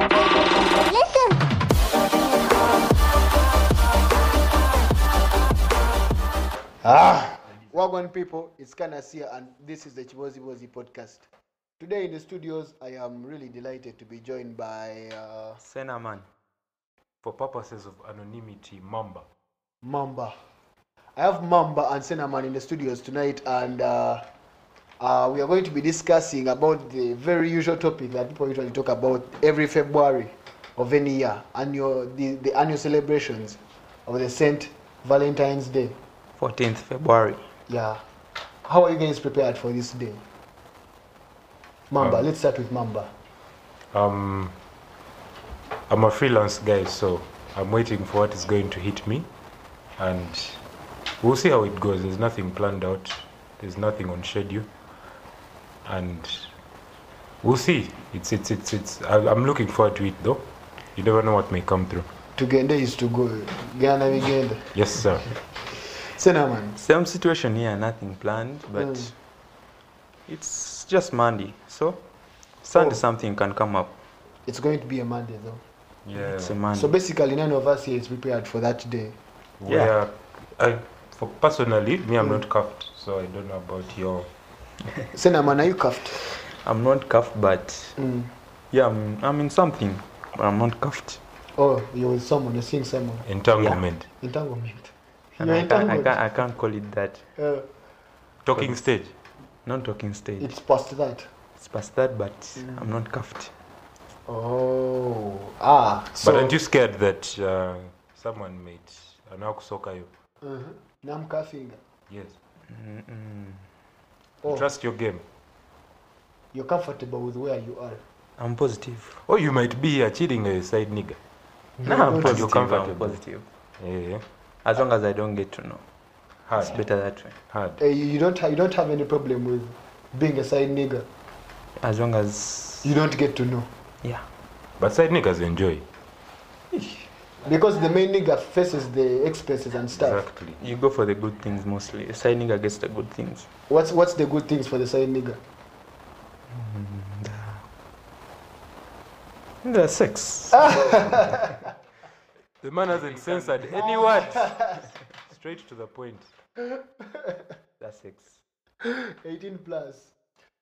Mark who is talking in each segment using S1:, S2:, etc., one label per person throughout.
S1: Listen.
S2: Ah, Wagwan people, it's Kanasia, and this is the Chibozi Bozi podcast. Today in the studios, I am really delighted to be joined by uh,
S3: Senaman, for purposes of anonymity, Mamba.
S2: Mamba. I have Mamba and Senaman in the studios tonight, and uh, uh, we are going to be discussing about the very usual topic that people usually talk about every February of any year, annual the, the annual celebrations of the Saint Valentine's Day.
S3: 14th February.
S2: Yeah. How are you guys prepared for this day? Mamba,
S3: Um,
S2: let's start with Mamba.
S3: Um, I'm a freelance guy, so I'm waiting for what is going to hit me, and we'll see how it goes. There's nothing planned out. There's nothing on schedule, and we'll see. It's it's it's it's. I, I'm looking forward to it though. You never know what may come through.
S2: Tugende is to go. Gana bigende.
S3: Yes, sir.
S2: Cinnamon.
S4: Same situation here, nothing planned, but
S2: Mm.
S4: it's just Monday. So Sunday
S2: Oh.
S4: something can come up.
S2: It's going to be a Monday though.
S3: Yeah.
S4: It's a Monday.
S2: So basically none of us here is prepared for that day.
S3: We
S4: Yeah.
S3: are- I, for personally, me, I'm not cuffed, so I don't know about your.
S2: Cinnamon, are you cuffed?
S4: I'm not cuffed, but yeah, I'm, I'm in something, but I'm not cuffed.
S2: Oh, you're with someone, you're seeing someone.
S3: entanglement
S2: Entanglement.
S4: And
S2: You're
S4: I, can't, I,
S2: entangled.
S4: can't, I can't call it that.
S2: Uh,
S3: talking stage
S4: Not talking stage.
S2: it's past that.
S4: It's past that, but
S2: Mm.
S4: I'm not cuffed.
S2: Oh. Ah. So,
S3: but aren't you scared that uh, someone might anakusoka you
S2: uh-huh. Namka finger.
S3: yes
S4: Mm-mm.
S2: Oh,
S3: trust your game
S2: you're comfortable with where you are.
S4: I'm positive.
S3: or Oh, you might be here cheating a side nigger
S4: No,
S2: You're
S4: I'm
S2: not-
S4: positive.
S3: comfortable.
S4: I'm positive.
S3: yeah
S4: As long as I don't get to know, it's
S3: eh. hard
S4: better that way.
S3: hard
S2: Uh, you you don't ha- you don't have any problem with being a side nigger.
S4: As long as
S2: You don't get to know
S4: yeah.
S3: but side niggers enjoy
S2: because the main nigger faces the expenses and stuff.
S3: exactly
S4: You go for the good things mostly. Signing against the good things.
S2: What's what's the good things for the side nigger?
S4: The sex.
S3: the man hasn't censored any word straight to the point
S4: The sex.
S2: 18 plus.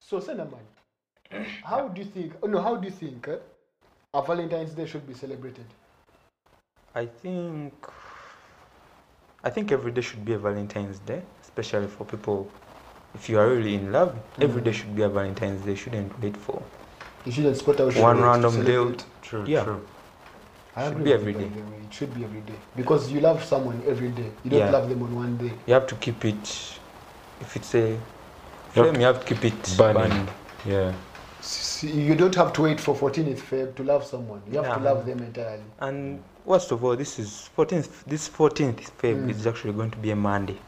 S2: So Senaman, how do you think? oh, No, how do you think eh, a Valentine's Day should be celebrated?
S4: I think. I think every day should be a Valentine's Day, especially for people. If you are really in love, every day should be a Valentine's Day. Shouldn't wait for.
S2: You shouldn't spot out
S4: One random day
S2: It
S3: true
S4: Yeah.
S3: true
S2: I
S4: should
S2: agree
S4: be
S2: with
S4: every
S2: you,
S4: day.
S2: by the way. It should be every day because you love someone every day. You don't
S4: Yeah.
S2: love them on one day.
S4: You have to keep it. If it's a flame, you have to keep it
S3: Burning.
S4: burning.
S3: yeah
S2: S- You don't have to wait for 14th Feb to love someone. You have to
S4: Yeah.
S2: love them entirely.
S4: And worst of all, this is 14th. This 14th Feb
S2: Mm.
S4: is actually going to be a Monday.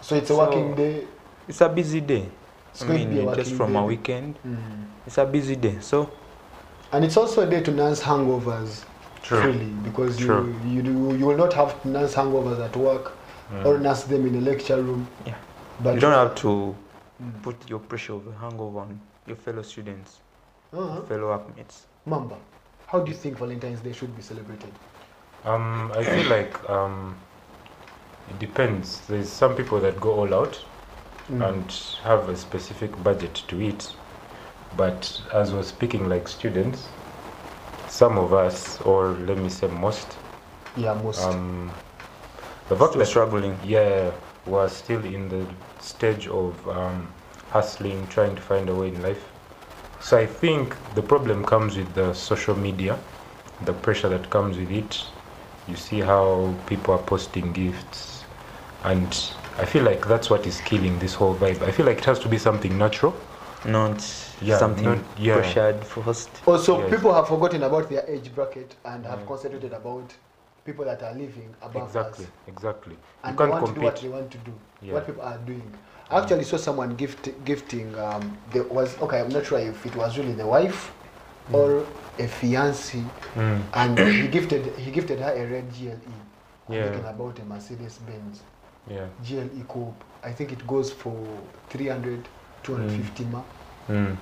S2: So it's a
S4: So-
S2: working day.
S4: It's a busy day.
S2: It's
S4: I
S2: going to be a
S4: mean, just
S2: working
S4: from a
S2: day.
S4: weekend.
S2: Mm.
S4: It's a busy day. So
S2: And it's also a day to nurse hangovers
S3: True.
S2: freely because you,
S3: True.
S2: you do you will not have to nurse hangovers at work or nurse them in a lecture room.
S4: Mm. Yeah.
S2: But Mm.
S4: you don't have to put your pressure of the hangover on your fellow students,
S2: Uh-huh.
S4: fellow workmates.
S2: Mamba, how do you think Valentine's Day should be celebrated?
S3: Um, I feel like um, it depends. There's some people that go all out
S4: Mm.
S2: Mm.
S3: and have a specific budget to it. But as we're speaking like students, some of us, or let me say most,
S2: Yeah, most.
S3: um, the fact
S4: Still
S3: that
S4: struggling.
S3: yeah, we're still in the stage of um, hustling, trying to find a way in life. So I think the problem comes with the social media, the pressure that comes with it. You see how people are posting gifts, and I feel like that's what is killing this whole vibe. I feel like it has to be something natural.
S4: Not
S3: Yeah,
S4: something
S3: not- yeah.
S4: pressured, forced.
S2: also,
S3: yes.
S2: people have forgotten about their age bracket and
S4: Mm.
S2: have concentrated about people that are living above
S3: Exactly,
S2: us.
S3: exactly. You
S2: and they
S3: can't
S2: want to do what
S3: compete.
S2: they want to do,
S3: Yeah.
S2: what people are doing. I actually saw someone gift gifting. Um, there was okay. I'm not sure if it was really the wife or a fiancé,
S3: Mm.
S2: and he gifted he gifted her a red GLE. I'm
S3: Yeah.
S2: talking about a Mercedes Benz
S3: Yeah.
S2: E GLE coupe. I think it goes for 300, 250 ma.
S3: Mm.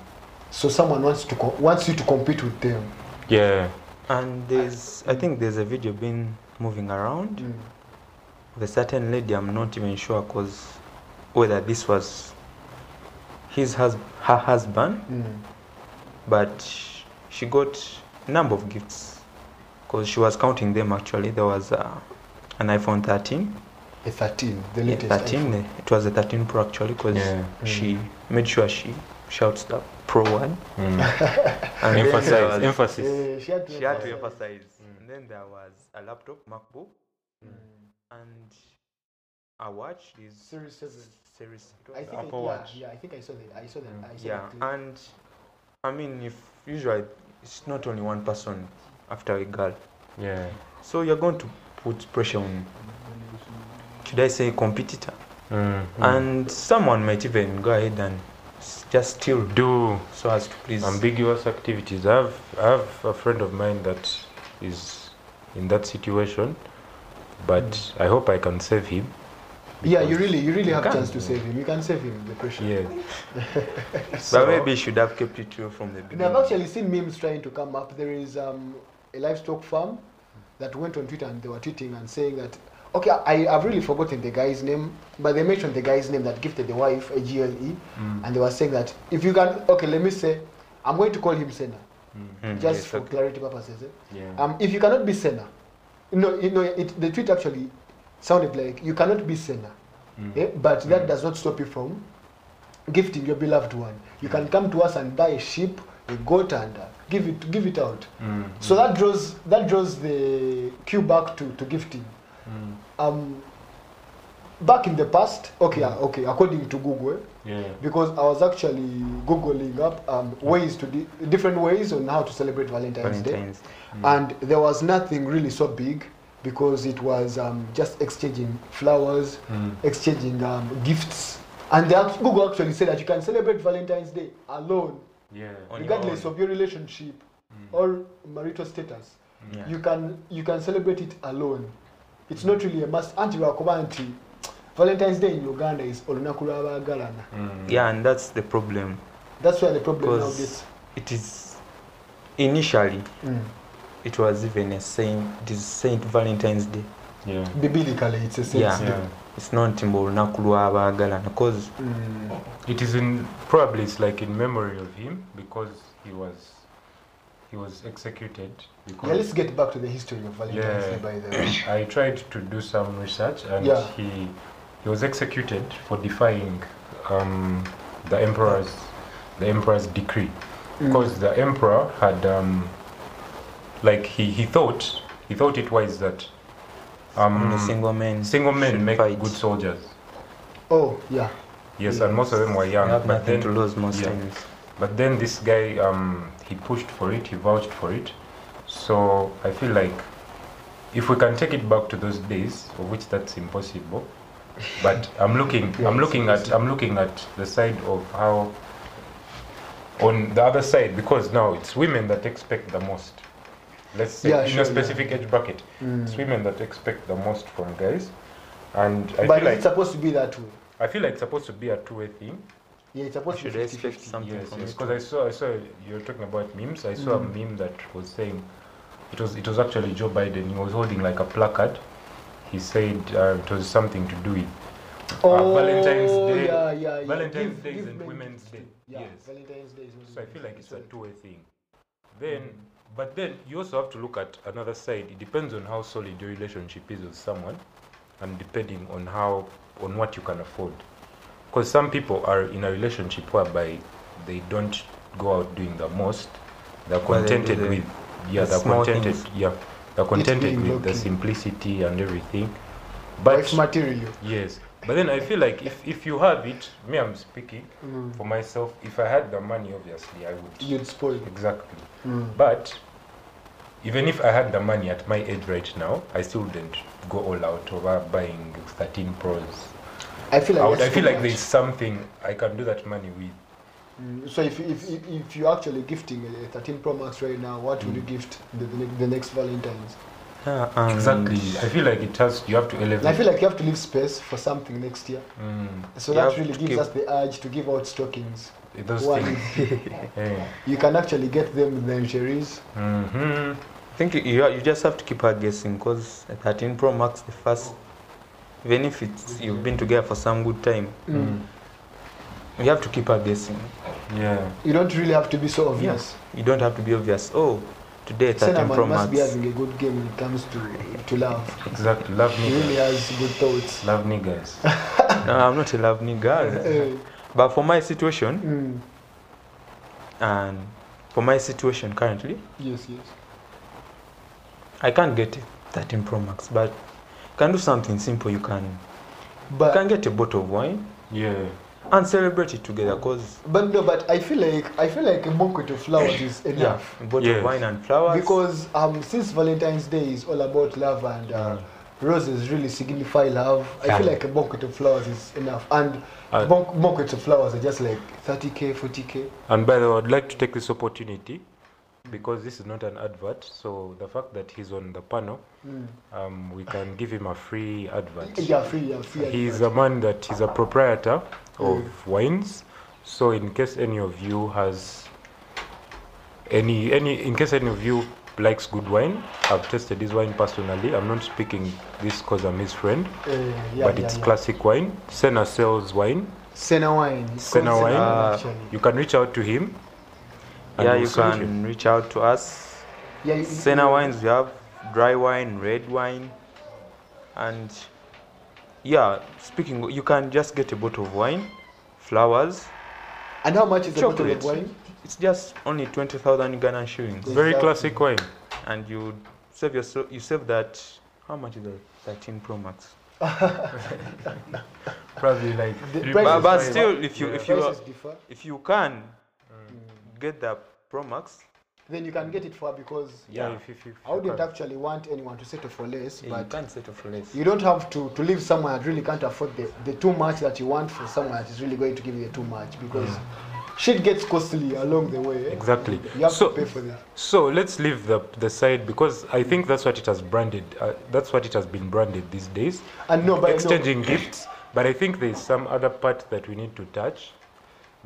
S2: so someone wants to co- wants you to compete with them
S3: Yeah.
S4: And there's, I think there's a video being moving around
S2: mm.
S4: of a certain lady. I'm not even sure cause whether this was his hus- her husband,
S2: Mm.
S4: but she got number of gifts because she was counting them. Actually, there was uh, an iPhone 13,
S2: a 13 the
S4: yeah,
S2: latest
S4: 13. It was a 13 Pro actually, cause
S3: Yeah.
S4: she made sure she shouts the Pro one.
S3: Mm.
S4: And then there
S3: emphasis.
S4: was-
S2: iPhone.
S3: Emphasis.
S2: Yeah, Eh, she had to
S4: she had
S2: emphasize.
S4: to emphasize. And then there was a laptop, MacBook,
S2: Mm.
S4: and a watch. Is
S2: Series 7
S4: series. it was
S2: I think I,
S4: Apple
S2: yeah,
S4: Watch.
S2: yeah, I think I saw that. I saw that. I saw
S4: Yeah,
S2: that clip.
S4: and I mean, if usually it's not only one person after a girl,
S3: Yeah.
S4: so you're going to put pressure on. Should I say competitor?
S3: Mm.
S4: And someone might even go ahead and s- just steal
S3: do
S4: so as to please.
S3: ambiguous activities. I have, I have a friend of mine that is in that situation, but I hope I can save him.
S2: yeah, you
S3: because-
S2: really, you really
S4: You
S2: have
S4: can.
S2: chance to save him. You can save him the pressure.
S3: Yeah.
S4: but
S3: So-
S4: maybe you should have kept it real from the
S2: And I've
S4: beginning.
S2: actually seen memes trying to come up. There is um, a livestock farm that went on Twitter and they were tweeting and saying that, okay, I, I've really forgotten the guy's name, but they mentioned the guy's name that gifted the wife a GLE,
S3: Mm.
S2: and they were saying that if you can, okay, let me say, I'm going to call him Senna,
S4: Mm,
S2: just
S4: yes,
S2: for
S4: okay.
S2: clarity purposes. eh?
S3: Mm-hmm. Yeah.
S2: Um, if you cannot be Senna, no, you know, it, the tweet actually sounded like you cannot be Senna,
S3: Mm.
S2: eh? but that does not stop you from gifting your beloved one. You can come to us and buy a sheep, a goat, and uh, give it give it out.
S3: Mm.
S2: So that draws that draws the cue back to, to gifting.
S3: Mm.
S2: Um, back in the past, okay, uh, okay, according to Google,
S3: Yeah.
S2: because I was actually googling up um, ways to di- different ways on how to celebrate Valentine's, Day
S4: Valentine's.
S3: Mm-hmm.
S2: and there was nothing really so big because it was um, just exchanging flowers,
S3: Mm.
S2: exchanging um, gifts. And they act- Google actually said that you can celebrate Valentine's Day alone,
S3: Yeah. Mm-hmm.
S4: On your
S2: regardless
S4: own. Mm.
S2: of your relationship or marital status.
S4: Yeah.
S2: You can you can celebrate it alone. It's not really a must. Anti anti Valentine's Day in Uganda is Olunakurawa Galana.
S3: Mm.
S4: yeah, and that's the problem.
S2: That's where the problem now
S4: Because
S2: gets.
S4: it is initially
S2: Mm.
S4: it was even a saint it is Saint Valentine's Day.
S3: Yeah.
S2: Biblically, it's a sense.
S4: Yeah.
S3: Yeah.
S4: It's not mbu olunaku lw'abaagalana because
S2: Mm.
S3: It is in probably it's like in memory of him because he was he was executed
S2: Yeah, let's
S3: because
S2: get back to the history of Valentine's Day,
S3: Yeah.
S2: by the way.
S3: I tried to do some research and
S2: Yeah.
S3: he he was executed for defying um, the emperor's the emperor's decree because the emperor had um, like he, he thought he thought it wise that
S4: only
S3: um,
S4: single men
S3: single men
S4: should
S3: make
S4: fight.
S3: good soldiers
S2: Oh, yeah.
S3: yes and most of them were
S4: You
S3: young
S4: have
S3: but
S4: nothing
S3: then
S4: to lose most
S3: yeah.
S4: times.
S3: But then this guy, um, he pushed for it, he vouched for it. So I feel like if we can take it back to those days, of which that's impossible. But I'm looking,
S2: Yeah,
S3: I'm
S2: it's
S3: looking at, I'm looking at the side of how. On the other side, because now it's women that expect the most. Let's say
S2: Yeah,
S3: in
S2: sure,
S3: a
S2: yeah.
S3: specific age bracket,
S2: Mm.
S3: it's women that expect the most from guys, and I
S2: but
S3: feel like
S2: it's supposed to be that way.
S3: I feel like it's supposed to be a two-way thing.
S2: Yeah, it's supposed to
S4: Should
S2: be
S4: I
S2: 50
S4: expect
S2: 50.
S4: something
S3: Yes,
S4: from Mm.
S3: yes.
S4: it?
S3: Because I saw, I saw you're talking about memes. I saw
S2: Mhm.
S3: a meme that was saying it was it was actually Joe Biden. He was holding like a placard. He said uh, it was something to do with
S2: Oh,
S3: Uh, Valentine's Day-
S2: Yeah, yeah, yeah.
S3: Valentine's
S2: Give-
S3: Day
S2: give
S3: and
S2: men
S3: Women's
S2: gifts too.
S3: Day.
S2: Yeah,
S3: Yes.
S2: Valentine's Day is Women's
S3: So I feel
S2: Day.
S3: like it's a
S2: Sorry.
S3: two-way thing. Then,
S4: Mm.
S3: but then you also have to look at another side. It depends on how solid your relationship is with someone, and depending on how on what you can afford. Because some people are in a relationship whereby they don't go out doing the most. They're
S4: Well, they do
S3: contented
S4: the-
S3: with yeah,
S4: the
S3: they're
S4: small
S3: contented
S4: things.
S3: yeah, they're contented
S2: being
S3: with the
S2: low-key.
S3: simplicity and everything.
S2: Wife material.
S3: Yes, but then I feel like if, if you have it, me I'm speaking
S2: Mm.
S3: for myself. If I had the money, obviously I would.
S2: You'd spoil it.
S3: Exactly.
S2: Mm.
S3: But even if I had the money at my age right now, I still wouldn't go all out over buying 13 Pros.
S2: I feel like,
S3: I, would, I
S2: that's
S3: feel
S2: too
S3: like
S2: much.
S3: there's something I can do that money with.
S2: Mm. So if, if, if, if you're actually gifting a 13 Pro Max right now, what
S3: Mm.
S2: will you gift the, the, ne- the next Valentine's?
S4: Yeah, Ah, and
S3: I feel like it has, you have to elevate.
S2: And I feel like you have to leave space for something next year.
S3: Mm.
S2: So
S4: You
S2: that
S4: have
S2: really
S4: to
S2: gives
S4: give-
S2: us the urge to give out stockings.
S3: those
S2: One
S3: things. Yeah.
S2: You can actually get them the lingeries.
S3: Mhm.
S4: I think you- you you just have to keep her guessing because 13 Pro Max the first, even if it's you've been together for some good time,
S2: Mm.
S4: you have to keep her guessing.
S3: Yeah.
S2: You don't really have to be so obvious.
S4: You don't have to be obvious. Oh, today 13 Pro
S2: Cinnamon must
S4: Max.
S2: be having a good game when it comes to, to love.
S3: Exactly. Love
S2: He really
S3: niggas.
S2: has good thoughts.
S3: Love niggas.
S4: No, I'm not a love nigga.
S2: Eh,
S4: but for my situation
S2: mm.
S4: and for my situation currently,
S2: Yes, yes.
S4: I can't get a 13 Pro Max, but you can do something simple. You can you
S2: But
S4: can get a bottle of wine
S3: Yeah.
S4: and celebrate it together because
S2: but no, but I feel like I feel like a bouquet of flowers is
S4: yeah,
S2: enough.
S4: a bottle
S3: Yes.
S4: of wine and flowers.
S2: Because um, since Valentine's Day is all about love and uh, roses really signify love, I feel
S3: Yeah.
S2: like a bouquet of flowers is enough. And
S3: Uh,
S2: bon- bouquets of flowers are just like 30k, 40k.
S3: And by the way, I'd like to take this opportunity because this is not an advert. So the fact that he's on the panel,
S2: Mm.
S3: um, we can give him a free advert.
S2: Yeah, free, yeah, free. Uh,
S3: He's
S2: advert.
S3: a man that is a proprietor of wines. So in case any of you has any any in case any of you likes good wine, I've tasted this wine personally. I'm not speaking this because I'm his friend,
S2: Eh, yeah,
S3: but
S2: yeah,
S3: it's
S2: yeah.
S3: classic wine. Sena sells wine.
S2: Sena wine. It's called
S3: Sena wine.
S4: Ah.
S2: actually.
S3: You can reach out to him. and
S4: yeah,
S3: we'll
S4: you
S3: send you.
S4: can reach out to us.
S2: Yeah, you-
S4: Sena wines, we have dry wine, red wine, and yeah. Speaking, you can just get a bottle of wine, flowers.
S2: And how much is the bottle of
S4: Chocolate.
S2: wine?
S4: It's just only twenty thousand Ghana shillings,
S3: Very
S2: Exactly.
S3: classic wine.
S4: and you save yourself. You save that. How much is that? Thirteen Pro Max.
S3: Probably like
S2: The
S3: three
S2: price
S4: But,
S2: Prices
S3: bucks.
S4: but
S2: vary.
S4: still, if you
S3: Yeah. Mm.
S4: if you are-
S2: Prices differ.
S4: if you can get the Pro Max,
S2: Then you can get it for because
S3: yeah,
S4: yeah.
S3: if, if, if
S2: I
S3: you
S2: wouldn't
S3: can.
S2: actually want anyone to settle for less,
S4: yeah, you
S2: but
S4: can settle for less.
S2: you don't have to, to leave someone that really can't afford the, the too much that you want for someone that is really going to give you the too much because shit gets costly along the way. eh?
S3: Exactly.
S2: You have
S3: So-
S2: to pay for that.
S3: So let's leave the the side because I think that's what it has branded. Uh, that's what it has been branded these days.
S2: And no, but no,
S3: Exchanging gifts, but I think there's some other part that we need to touch.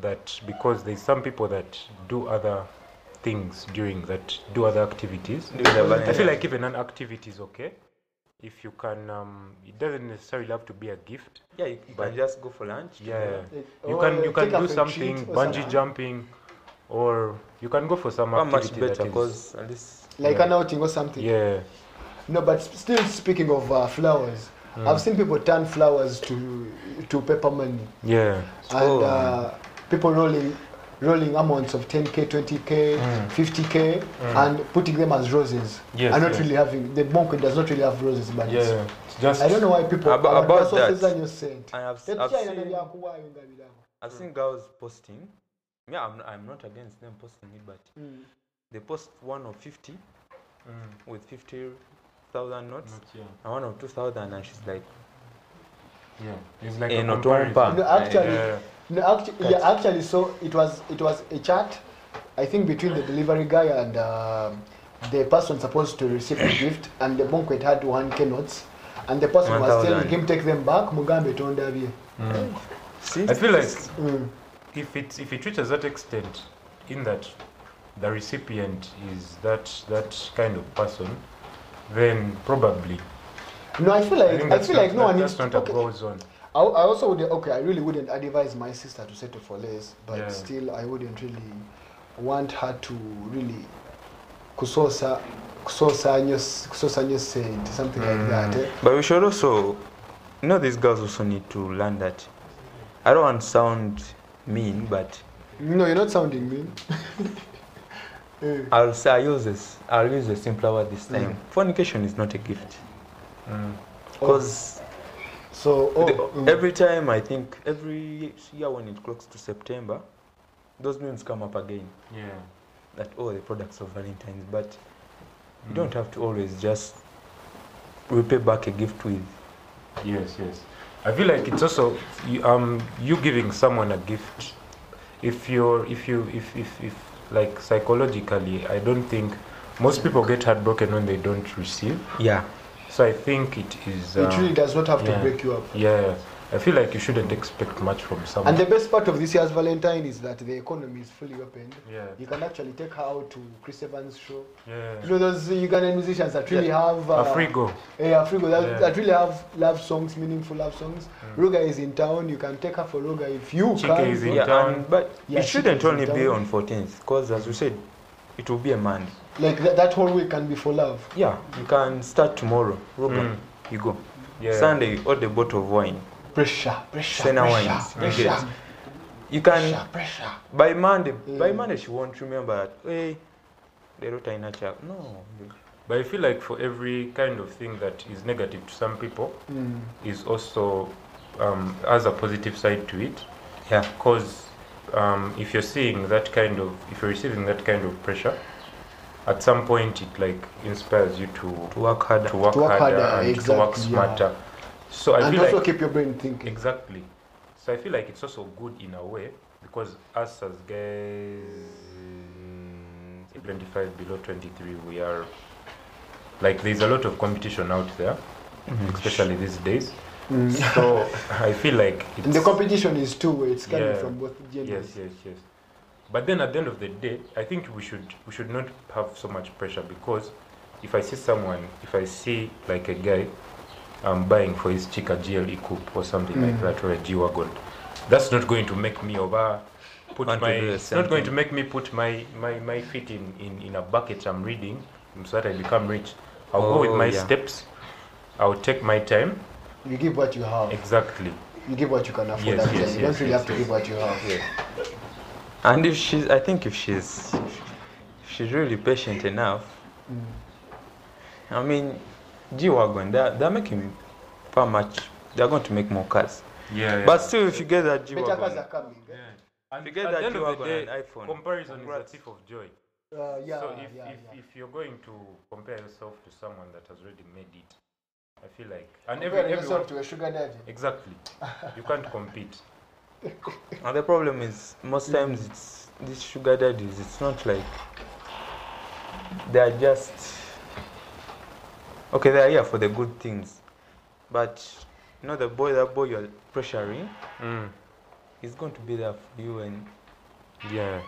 S3: That because there's some people that do other things during that do other activities.
S4: Do the
S3: I feel
S4: Valentine.
S3: like even an activity is okay. If you can, um, it doesn't necessarily have to be a gift.
S4: yeah, you, you
S3: But-
S4: can just go for lunch.
S3: Yeah,
S2: Like,
S3: you
S2: oh,
S3: can you
S2: take
S3: can
S2: up a
S3: do
S2: treat
S3: something,
S2: or
S3: bungee
S2: something.
S3: jumping, or you can go for some
S4: How
S3: activity
S4: much better?
S3: that is.
S4: Because at least
S2: like
S3: yeah.
S2: an outing or something.
S3: Yeah.
S2: No, but s- still speaking of uh, flowers,
S3: Hmm.
S2: I've seen people turn flowers to to paper money.
S3: Yeah.
S2: and
S4: Oh.
S2: uh, people rolling rolling amounts of 10k 20k 50k and putting them as roses
S3: Yes,
S2: are not
S3: yes.
S2: really having the bonk does not really have roses but it's-
S3: Yeah. It's just
S2: i don't know why people
S4: Abo-
S2: abantu
S4: about
S2: basoseza
S4: that,
S2: nnyo ssente
S4: I have, I've
S2: Ebichayana
S4: seen,
S2: byakuwaayo nga birabo.
S4: I've
S3: Hmm.
S4: seen girls posting. Yeah, I'm, I'm not against them posting it, but they post one of 50
S3: Mm,
S4: with 50,000 knots
S3: Hmm.
S4: and one of 2,000, and she's like,
S3: Yeah. It's like
S4: Eh,
S3: a
S4: not one
S3: comparison.
S4: pound.
S2: No, actually,
S3: Yeah.
S2: no, actu- yeah, actually so it was it was a chat i think between the delivery guy and um the person supposed to receive the gift and the banquet had 1k notes and the person was
S4: 1,000.
S2: telling him take them back mugambe tondabye
S4: see?
S3: I feel like
S2: mm.
S3: if it if it reaches that extent, in that the recipient is that that kind of person, then probably
S2: No, I feel
S3: I
S2: like
S3: think
S2: I,
S3: that's
S2: feel
S3: not,
S2: like no
S3: that-
S2: one needs.
S3: that's not
S2: To,
S3: a
S2: okay,
S3: goal zone.
S2: I, I also would okay. I really wouldn't advise my sister to settle for less, but
S3: Yeah.
S2: still, I wouldn't really want her to really kusosa kusosa nyo kusosa nyo said something like that.
S3: Mm.
S2: Eh?
S4: But we should also, you know, these girls also need to learn that. I don't want to sound mean, but
S2: No, you're not sounding mean. Eh,
S3: Ah.
S4: I'll say I use this. I'll use a simpler word this time.
S3: Hmm.
S4: Fornication is not a gift.
S3: Mm. Oh.
S4: Because
S2: so oh,
S3: Hmm.
S2: mm.
S4: every time I think, every year when it clocks to September, those names come up again.
S3: Yeah.
S4: that all the products of Valentine's, but you don't have to always just repay back a gift with.
S3: Yes, yes. I feel like it's also you, um you giving someone a gift. If you're if you if if if like psychologically, I don't think most people get heartbroken when they don't receive.
S4: Yeah.
S3: So I think it is. Uh,
S2: it really does not have to
S3: yeah.
S2: break you up.
S3: yeah, I I feel like you shouldn't expect much from someone.
S2: And the best part of this year's Valentine is that the economy is fully opened.
S3: yeah.
S2: You can actually take her out to Chris Evans' show. You
S3: yeah.
S2: know those Ugandan musicians that really have
S3: A free go.
S2: eh, Afrigo, that,
S3: Yeah.
S2: that really have love songs, meaningful love songs. Ruga is in town. You can take her for Ruga if you
S3: Chike
S2: can.
S3: is in
S4: yeah,
S3: town.
S4: and, but
S2: Yeah,
S4: it shouldn't
S2: chickens in
S4: only be
S2: town.
S4: on 14th because as you said it will be a month
S2: Like that, that whole week can be for love.
S4: yeah Hmm. you can start tomorrow Ruben,
S3: Mm.
S4: you go
S3: Yeah.
S4: sunday you order a bottle of wine
S2: Pressure, pressure,
S4: Sena
S2: pressure,
S4: wines, you
S2: pressure,
S4: get. you can
S2: pressure, pressure.
S4: by monday by
S2: Mm.
S4: monday she won't remember that hey derota inacha no
S3: But I feel like for every kind of thing that is negative to some people,
S2: Mm.
S3: is also um, has a positive side to it.
S4: yeah
S3: Because um, if you're seeing that kind of, if you're receiving that kind of pressure, at some point it like inspires you to
S4: to work harder
S3: to work,
S2: To work
S3: harder,
S2: harder,
S3: and to work
S2: exactly, yeah.
S3: smarter. So I
S2: And
S3: feel
S2: also
S3: like
S2: keep your brain thinking.
S3: exactly. So I feel like it's also good in a way because us as guys, mm, 25 below 23, we are like there's a lot of competition out there, especially these days.
S2: Mm.
S3: So I feel like it's,
S2: And the competition is two way. It's coming
S3: Yeah.
S2: from both
S3: yes,
S2: genders.
S3: yes, yes. But then at the end of the day, I think we should we should not have so much pressure because if I see someone, if I see like a guy, um, buying for his chick a GLE E coupe or something
S2: Mm.
S3: like that or a G wagon, that's not going to make me over. Put
S4: Want to
S3: my
S4: do the
S3: it's
S4: same
S3: not going to
S4: thing.
S3: make me put my my my feet in in, in a bucket. I'm reading so that I become rich. I'll go with
S4: Oh,
S3: my
S4: yeah.
S3: steps. I'll take my time.
S2: You give what you have.
S3: Exactly.
S2: You give what you can afford.
S3: Yes,
S2: actually.
S3: yes,
S2: you
S3: yes,
S2: don't really
S3: yes,
S2: have to
S3: yes.
S2: give what you have.
S4: and if she's i think if she's if she's really patient enough i mean g-wagon they're, they're making far much they're going to make more cars
S3: Yeah.
S4: but still if you get that
S2: Better cars
S4: g-wagon
S2: are coming. eh?
S3: And
S4: You get
S3: at
S4: that
S3: the end
S4: you
S3: of
S4: are
S3: the
S4: gonna
S3: day,
S4: an iPhone.
S3: comparison
S4: Congrats.
S3: is a thief of joy.
S2: Uh, yeah,
S3: so if,
S2: yeah,
S3: if,
S2: yeah.
S3: if you're going to compare yourself to someone that has already made it, I feel like and
S2: Compare
S3: every,
S2: yourself
S3: everyone
S2: to a sugar daddy.
S3: exactly you can't compete.
S4: and the problem is most times it's these sugar daddies it's not like they're just okay they're here for the good things but you know the boy that boy you're pressuring Mm. is going to be there for you and
S3: Yeah,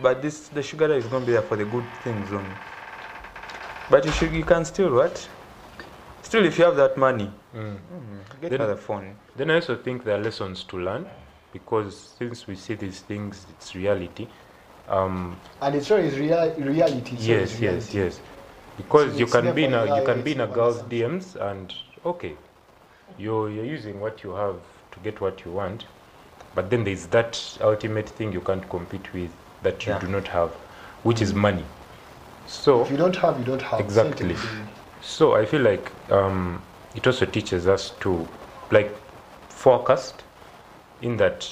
S4: But this the sugar daddy is gonna be there for the good things only. But you should you can still what? Still if you have that money, get
S3: Then-
S4: another phone.
S3: Mm. Then I also think there are lessons to learn because since we see these things, it's reality. Um,
S2: And it's sure is real, reality. so
S3: yes,
S2: it's
S3: yes,
S2: reality.
S3: yes. Because
S2: So
S3: you
S2: it's
S3: can be in
S2: never
S3: a you
S2: lie,
S3: can be
S2: it's
S3: in a
S2: never
S3: girl's
S2: assumption.
S3: DMs and okay, you're you're using what you have to get what you want, but then there's that ultimate thing you can't compete with that you
S4: Yeah.
S3: do not have, which
S2: Mm.
S3: is money. So
S2: If you don't have, you don't have.
S3: Exactly.
S2: Same
S3: so I feel like um, it also teaches us to like forecast in that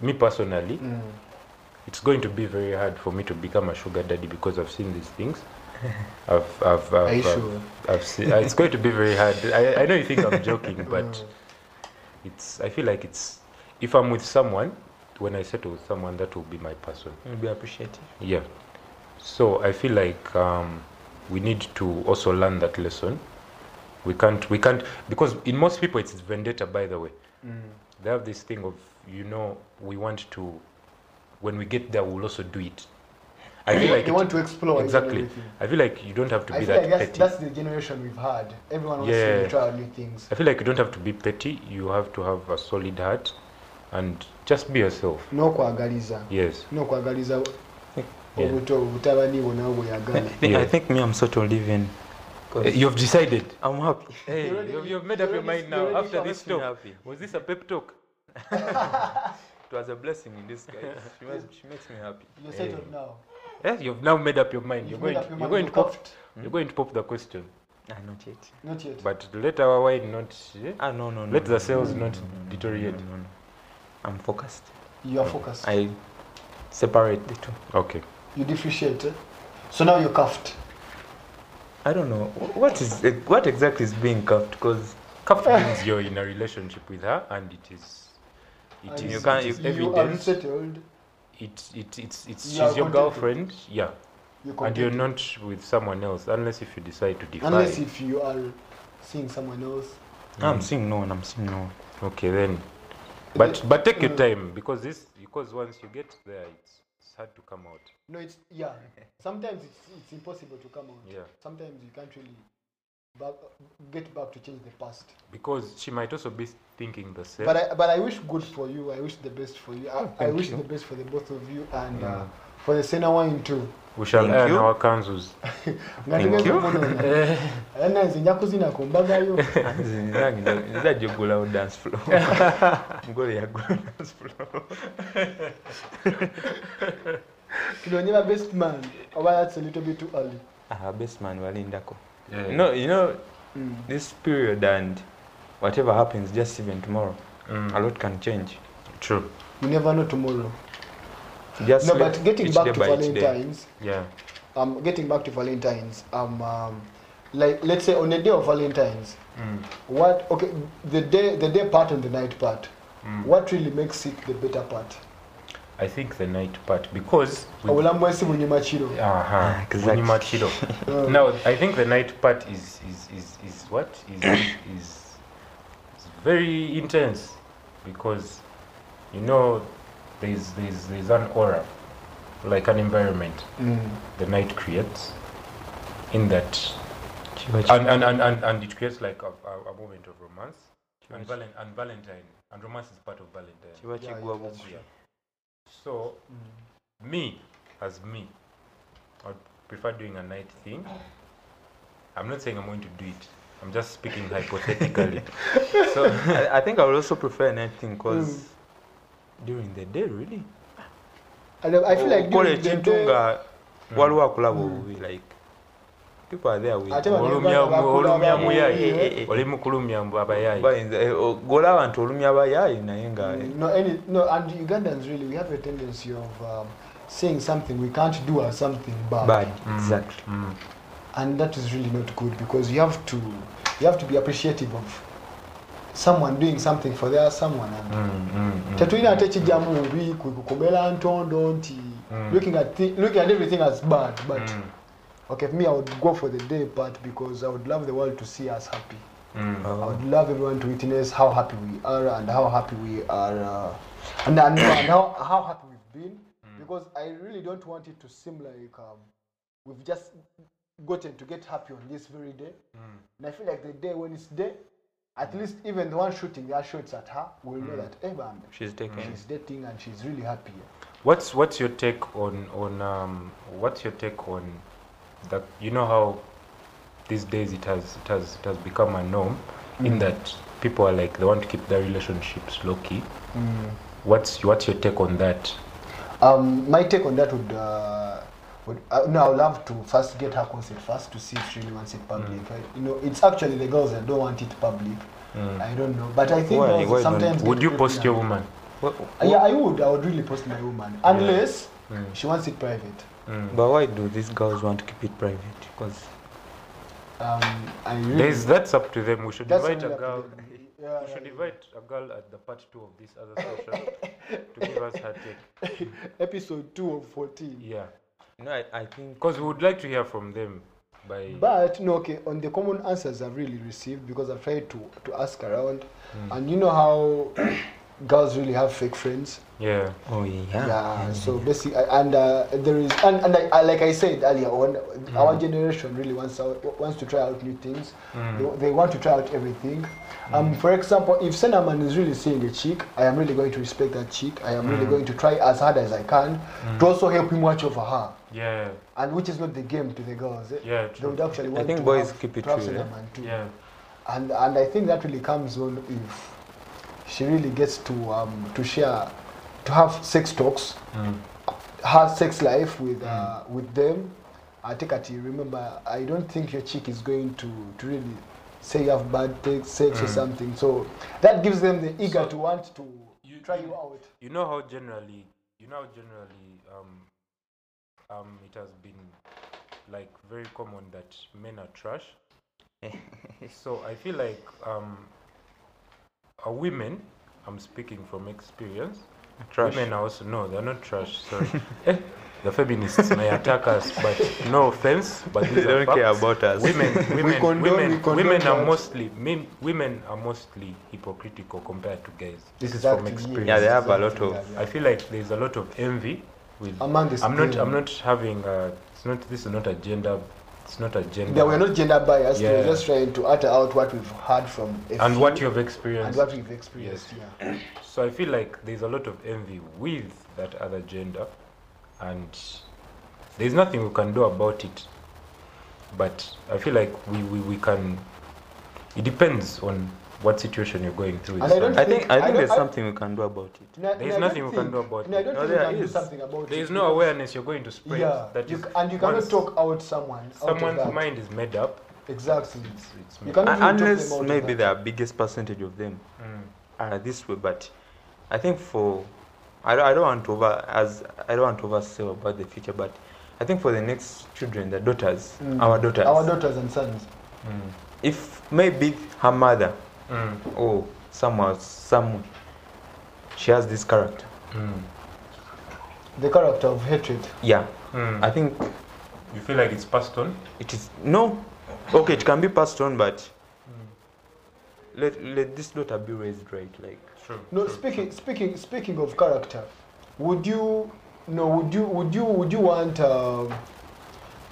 S3: me personally
S2: thing. Mm.
S3: it's going to be very hard for me to become a sugar daddy because I've seen these things. I've, I've, I've,
S2: Hmm. Are you
S3: I've,
S2: sure?
S3: I've seen, uh, it's going to be very hard. I, I know you think I'm joking, but it's. I feel like it's. If I'm with someone, when I settle with someone, that will be my person.
S4: It'll be appreciative.
S3: Yeah. So I feel like um, we need to also learn that lesson. We can't. We can't because in most people it's vendetta. By the way,
S2: Hmm.
S3: they have this thing of you know we want to. When we get there, we'll also do it. I feel like
S2: they
S3: it-
S2: want to explore even
S3: exactly.
S2: everything.
S3: I feel like you don't have to
S2: I
S3: be
S2: feel
S3: that
S2: like that's,
S3: petty.
S2: that's the generation we've had. Everyone wants
S3: Yeah.
S2: to try out new things.
S3: I feel like you don't have to be petty. You have to have a solid heart, and just be yourself.
S2: No kwagaliza.
S3: Yes.
S2: nokwagaliza
S3: Yeah.
S2: obuto obutabaniwo nawe bweyagala
S4: I think,
S3: Yeah. Uh,
S4: I think me I'm sort of leaving. 'cause
S3: Eh, You've decided.
S4: I'm happy.
S3: Hey,
S2: You're already-
S3: you've, you've made up
S2: you're
S3: your
S2: already-
S3: mind
S2: you're
S3: now.
S2: already
S3: After
S2: sure.
S3: this
S4: Makes me
S3: talk,
S4: happy.
S3: was this a pep talk?
S4: It was a blessing in this guy. She, was, she makes me happy.
S2: you're settled now
S3: Yes, Eh, you've now made up your mind. You're
S2: You've
S3: going.
S2: made up
S3: To,
S2: your mind,
S3: you're going to
S2: you're
S3: pop.
S2: cuffed.
S3: You're going to pop the question.
S4: Ah not yet.
S2: not yet
S3: But let our wine not. eh?
S4: Ah no no no.
S3: Let
S4: no,
S3: the sales not
S4: no,
S3: deteriorate.
S4: no, no. I'm focused.
S2: you are focused
S4: I separate the two.
S3: Okay.
S2: you differentiate eh? so now you're cuffed
S4: I don't know. Wh- What is it- what exactly is being cuffed? Because
S3: Cuff means you're in a relationship with her, and it is. It
S2: And
S3: is.
S4: you can't-
S3: It is
S2: you are
S3: evidence.
S2: unsettled
S3: It, it, it's, it's,
S2: You are
S3: she's your
S2: contented.
S3: girlfriend. Yeah.
S2: you're
S3: And you're
S2: contented.
S3: not with someone else unless if you decide to defy.
S2: unless if you are seeing someone else
S4: I'm
S3: Mm.
S4: seeing no one. I'm seeing no one.
S3: Um, Okay then. But but take
S2: Uh,
S3: your time because this because once you get there it's, it's hard to come out.
S2: No, it's yeah. Sometimes it's, it's impossible to come out.
S3: Yeah.
S2: Sometimes you can't really back, get back to change the past.
S3: Because she might also be thinking the same.
S2: But I but I wish good for you. I wish the best for you. I, I
S4: Oh, thank
S2: wish
S4: you.
S2: the best for the both of you and uh, for the Sena wine too.
S3: we shall
S4: Thank
S3: earn
S4: you.
S3: our counsels.
S2: Thank you. Ana zinyaku zinako mbagayo.
S4: nza gyogulawo dance floor mugole yagula dance floor
S2: Tunonyeva best man. Oba that's a little bit too early.
S4: Ah, baseman balindako
S3: Yeah.
S4: you know, you know
S2: Mm.
S4: this period and whatever happens just even tomorrow
S3: Mm.
S4: a lot can change
S3: True.
S2: You never know tomorrow.
S4: just
S2: No,
S4: live
S2: but getting
S4: each
S2: back
S4: day
S2: to
S4: by each day.
S2: Valentine's,
S3: Yeah.
S2: um, getting back to Valentine's, um, um, like let's say on the day of Valentine's,
S3: Mm.
S2: what okay the day the day part and the night part,
S3: Mm.
S2: what really makes it the better part?
S3: I think the night part because
S4: Mm.
S3: with-
S2: Obulamu bwensi bunyuma kiro.
S3: uh-huh.
S2: Ah,
S4: Exactly.
S3: Bunyuma kiro.
S2: Uh,
S3: now I think the night part is is is, is what is, is is very intense because you know there's there's there's an aura like an environment
S2: Mm.
S3: the night creates in that
S4: Chiba, chiba.
S3: and and, and, and, and it creates like a, a, a moment of romance and, valen- and valentine and romance is part of valentine
S4: Chiba
S2: Yeah,
S4: kigwa
S2: yeah, that's
S4: bugu.
S3: yeah. so
S2: Mm.
S3: me as me i'd prefer doing a night thing i'm not saying i'm going to do it i'm just speaking hypothetically so
S4: I, I think I would also prefer a night thing because
S2: Mm.
S4: during the day really
S2: And I feel like during
S4: Okola
S2: the
S4: ekintu
S2: day, Mm.
S4: nga
S3: Hmm.
S4: waliwo akulaba obubi like people are there with
S2: Ate
S4: you.
S2: bano
S3: olumya
S2: baana bakula
S3: olumya
S2: baana
S4: muyayi.
S3: muyayi oli mukulumya mbu abayayi
S4: Bayinza- eh, o- gw'olaba nti olumya bayayi naye nga
S2: Mm, No, any, no, and Ugandans really, we have a tendency of um, saying something we can't do or something bad,
S4: bad exactly
S3: Mm.
S2: and that is really not good because you have to, you have to be appreciative of someone doing something for their someone. And
S3: Mm, mm, mm.
S2: tetulina ate kijjamu bubi kwe kukomera ntondo nti
S3: Mm.
S2: looking at, thi- looking at everything as bad but
S3: Mm,
S2: okay for me i would go for the day part because i would love the world to see us happy
S3: mm.
S2: I
S4: Oh,
S2: would love everyone to witness how happy we are and how happy we are, uh, and, and, and how, how happy we've been.
S3: Mm.
S2: Because I really don't want it to seem like um, we've just gotten to get happy on this very day.
S3: Mm.
S2: And I feel like the day when it's day, at least even the one shooting their shots at her will know
S3: Mm.
S2: that, hey, man,
S4: she's taken
S2: she's dating and she's really happy.
S3: What's what's your take on on um what's your take on that you know how these days it has it has it has become a norm
S2: Hmm.
S3: in that people are like they want to keep their relationships low key. What's what's your take on that?
S2: Mm. Um, my take on that would. Uh, would uh, no, I would love to first get her consent first to see if she really wants it public.
S3: Mm.
S2: I, you know, it's actually the girls that don't want it public. I don't know, but I think
S4: Why-
S2: also
S4: why don't-
S2: sometimes.
S3: Would
S2: they
S3: you
S2: create
S3: post your
S2: an-
S3: woman?
S4: Wha-
S2: Uh, Yeah, I would. I would really post my woman unless
S3: Mm.
S2: she wants it private.
S3: Mm.
S4: but why do these girls want to keep it private because
S2: Um, I really.
S3: There's that's up to them. We should
S2: that's
S3: invite a
S2: only up to
S3: girl.
S2: them. Yeah,
S3: We
S2: yeah,
S3: should
S2: yeah.
S3: invite a girl at the part two of this other session to give us her take.
S2: Episode two of fourteen.
S3: Yeah,
S4: no I, I think
S3: because we would like to hear from them by.
S2: But no, okay. On the common answers I've really received because I've tried to to ask around, and you know how girls really have fake friends.
S3: Yeah.
S4: oh yeah,
S2: yeah so basically and uh, there is and, and I, I, like i said earlier on our generation really wants out, wants to try out new things
S3: Mm.
S2: they, they want to try out everything um, for example if senaman is really seeing a chick i am really going to respect that chick i am really going to try as hard as i can to also help him watch over her
S3: Yeah.
S2: and which is not the game to the girls eh?
S3: Yeah.
S2: they
S3: True.
S2: would actually want
S4: think
S2: to
S4: boys
S2: have,
S4: keep it
S2: to have
S4: real, eh?
S2: Senaman too.
S3: Yeah.
S2: and and I think that really comes on if she really gets to um, to share to have sex talks,
S3: Mm.
S2: her sex life with uh, with them. I take it. Remember, I don't think your chick is going to, to really say you have bad te- sex
S3: Mm.
S2: or something. So that gives them the eager to want to
S3: You-
S2: try
S3: you-
S2: you out.
S3: you know how generally you know how generally um um it has been like very common that men are trash so i feel like um a women i'm speaking from experience
S4: Trash.
S3: women are also no they're not trash sorry Eh, the feminists may attack us, but no offense, but these
S4: They
S3: are
S4: don't care
S3: facts.
S4: about us.
S3: Women, women,
S2: condone-
S3: women,
S2: we condone
S3: women are
S2: that.
S3: mostly men, women are mostly hypocritical compared to guys. This
S2: Exactly,
S3: is
S2: yes.
S3: from experience.
S4: Yeah, they have a lot
S2: Exactly,
S4: of-
S2: yeah, yeah.
S3: I feel like there's a lot of envy with.
S2: Among the
S3: I'm not.
S2: same.
S3: I'm not having. A, it's not. This is not a gender. It's not a gender.
S2: Yeah, we're not gender biased. We're
S3: Yeah.
S2: just trying to utter out what we've heard from a
S3: and
S2: few
S3: what you've
S2: and
S3: experienced.
S2: what we've experienced. Yeah.
S3: So I feel like there's a lot of envy with that other gender, and there's nothing we can do about it. But I feel like we, we, we can. It depends on what situation you're going through.
S2: And I don't
S4: I think I
S2: I
S4: think
S2: don't-
S4: there's
S2: I-
S4: something we can do about it.
S2: There
S3: is nothing we can do about
S2: I
S3: it.
S2: don't
S4: No,
S2: think
S4: there
S2: we can do
S4: is.
S2: something about
S3: there
S2: it.
S3: is no awareness you're going to spread.
S2: Yeah,
S3: That
S2: you,
S3: is,
S2: ca- and you cannot
S3: once
S2: talk out someone. out of
S3: Someone's
S2: that.
S3: mind is made up.
S2: Exactly.
S3: It's, it's
S2: You
S3: made up.
S2: cannot
S4: Un-
S2: really talk
S4: unless
S2: them out of
S4: maybe
S2: that.
S4: the biggest percentage of them
S3: Mm.
S4: are this way, but I think for I don't, I don't want to over as I don't want to oversell about the future, but I think for the next children, the daughters,
S2: Mm.
S4: our daughters,
S2: Our daughters and sons.
S3: Mm.
S4: if maybe her mother
S3: Mm.
S4: or someone, someone, she has this character.
S3: Mm.
S2: The character of hatred.
S4: Yeah,
S3: Mm.
S4: I think
S3: You feel like it's passed on.
S4: it is no. Okay, it can be passed on, but let let this daughter be raised right, like.
S3: True.
S2: No,
S3: true,
S2: speaking speaking speaking of character, would you no would you would you would you want um,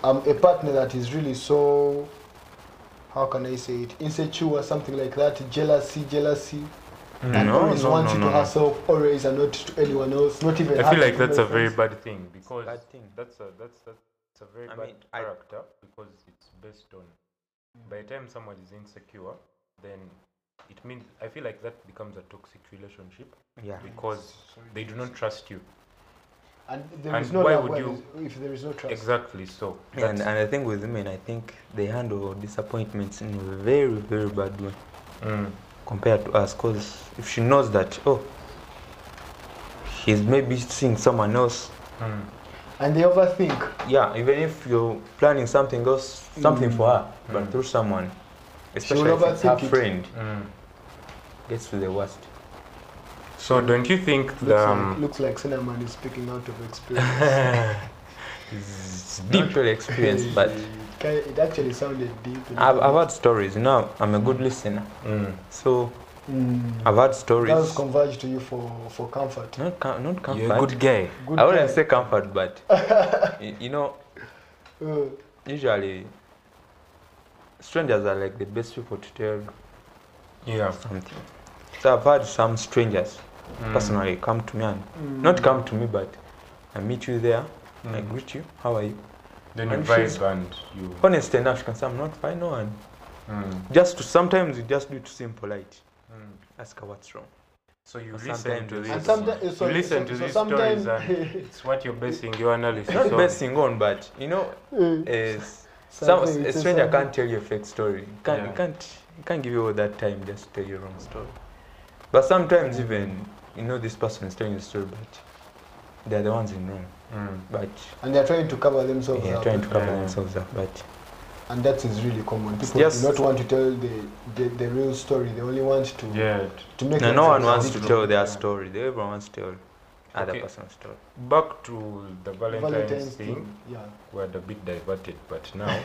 S2: um a partner that is really so how can I say it insecure something like that jealousy jealousy
S3: Mm.
S2: and
S4: No,
S2: always
S4: no,
S2: wants
S4: no,
S2: you
S4: no,
S2: to
S4: no.
S2: herself always and not to anyone else not even.
S3: I feel
S2: her
S3: like that's a very
S2: friends.
S3: bad thing because
S4: bad thing.
S3: that's a that's that's a very
S4: I
S3: bad
S4: mean, I-
S3: character because it's based on. By the time someone is insecure, then it means I feel like that becomes a toxic relationship
S4: Yeah.
S3: because they do not trust you.
S2: and there
S3: and
S2: is no
S3: why
S2: love
S3: would
S2: when
S3: you-
S2: there's- if there is no trust.
S3: Exactly. So
S4: And,
S3: that's-
S4: and I think with women, I think they handle disappointments in a very, very bad way
S3: Mm,
S4: compared to us. Because if she knows that, oh, he's maybe seeing someone else,
S3: mm,
S2: And they overthink.
S4: yeah, even if you're planning something else, something for her,
S3: Mm.
S4: but through someone, especially if it's her
S2: overthink it.
S4: friend,
S3: mm.
S4: gets to the worst.
S3: So don't you think
S2: Looks,
S3: the um,
S2: like, looks like Cinnamon is speaking out of experience.
S3: it's
S4: Not
S3: deep?
S4: really experience, but
S2: Ki- it actually sounded deep. in
S4: I've,
S2: the-
S4: I've had stories. You know, I'm a good listener,
S3: Mm,
S4: so
S2: Mm.
S4: I've had
S2: Girls
S4: stories.
S2: converge to you for, for comfort.
S3: Hmm?
S4: Not, com- not comfort.
S3: You're a good guy.
S2: Good
S4: I wouldn't
S2: guy.
S4: say comfort, but y- you know,
S2: Uh,
S4: usually strangers are like the best people to tell
S3: Yeah.
S4: something. So I've had some strangers
S3: Mm,
S4: personally come to me and
S2: mm.
S4: not come to me, but I meet you there, I
S3: mm.
S4: greet you, how are you?
S3: Then you
S4: and she's-
S3: vibe and you.
S4: Honest enough, she can say I'm not fine, no, and
S3: Mm,
S4: just to, sometimes you just do it to seem polite.
S3: mm.
S4: Ask her what's wrong.
S3: So you
S4: But
S3: listen
S4: sometimes
S3: to
S4: you
S3: this.
S2: And sometimes, uh, so,
S3: you listen
S2: so,
S3: to
S2: so eh,
S3: these
S2: sometimes,
S3: stories and it's what you're basing your analysis
S4: Not
S3: on.
S4: basing on, but you know,
S2: uh,
S4: as some,
S2: sometimes
S4: a
S2: it's
S4: stranger
S2: something-
S4: can't tell you a fake story. Can't,
S3: Yeah.
S4: can't, can't give you all that time just to tell you a wrong story. But sometimes even you know this person is telling you a story, but they're the ones in wrong.
S3: Mm.
S4: But
S2: And they're trying to cover themselves
S4: yeah,
S2: up.
S4: trying to cover
S3: Yeah.
S4: themselves up. But
S2: And that is really common.
S4: It's
S2: People
S4: just-
S2: do not want to tell the, the, the real story. They only want to,
S3: Yeah.
S2: to make
S4: no, no one
S2: themselves
S4: wants to
S2: look
S4: tell their
S3: Yeah.
S4: story. They everyone wants to tell other
S3: Okay.
S4: person's story.
S3: Back to the Valentine's,
S2: Valentine's
S3: thing.
S2: thing. Yeah.
S3: We're a bit diverted, but now,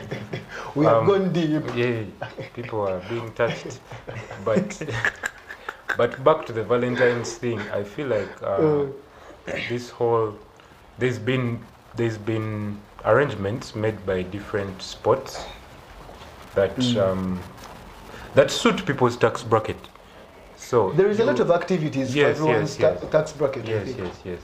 S2: We have
S3: Um,
S2: gone deep.
S3: yeah, people are being touched. But, but back to the Valentine's thing. I feel like uh,
S2: Uh,
S3: this whole there's been there's been arrangements made by different sports that
S2: Mm.
S3: um, that suit people's tax bracket. So
S2: there is a
S3: you-
S2: lot of activities for
S3: Yes,
S2: everyone's
S3: yes,
S2: ta-
S3: yes.
S2: tax bracket. I
S3: yes,
S2: think.
S3: yes, yes,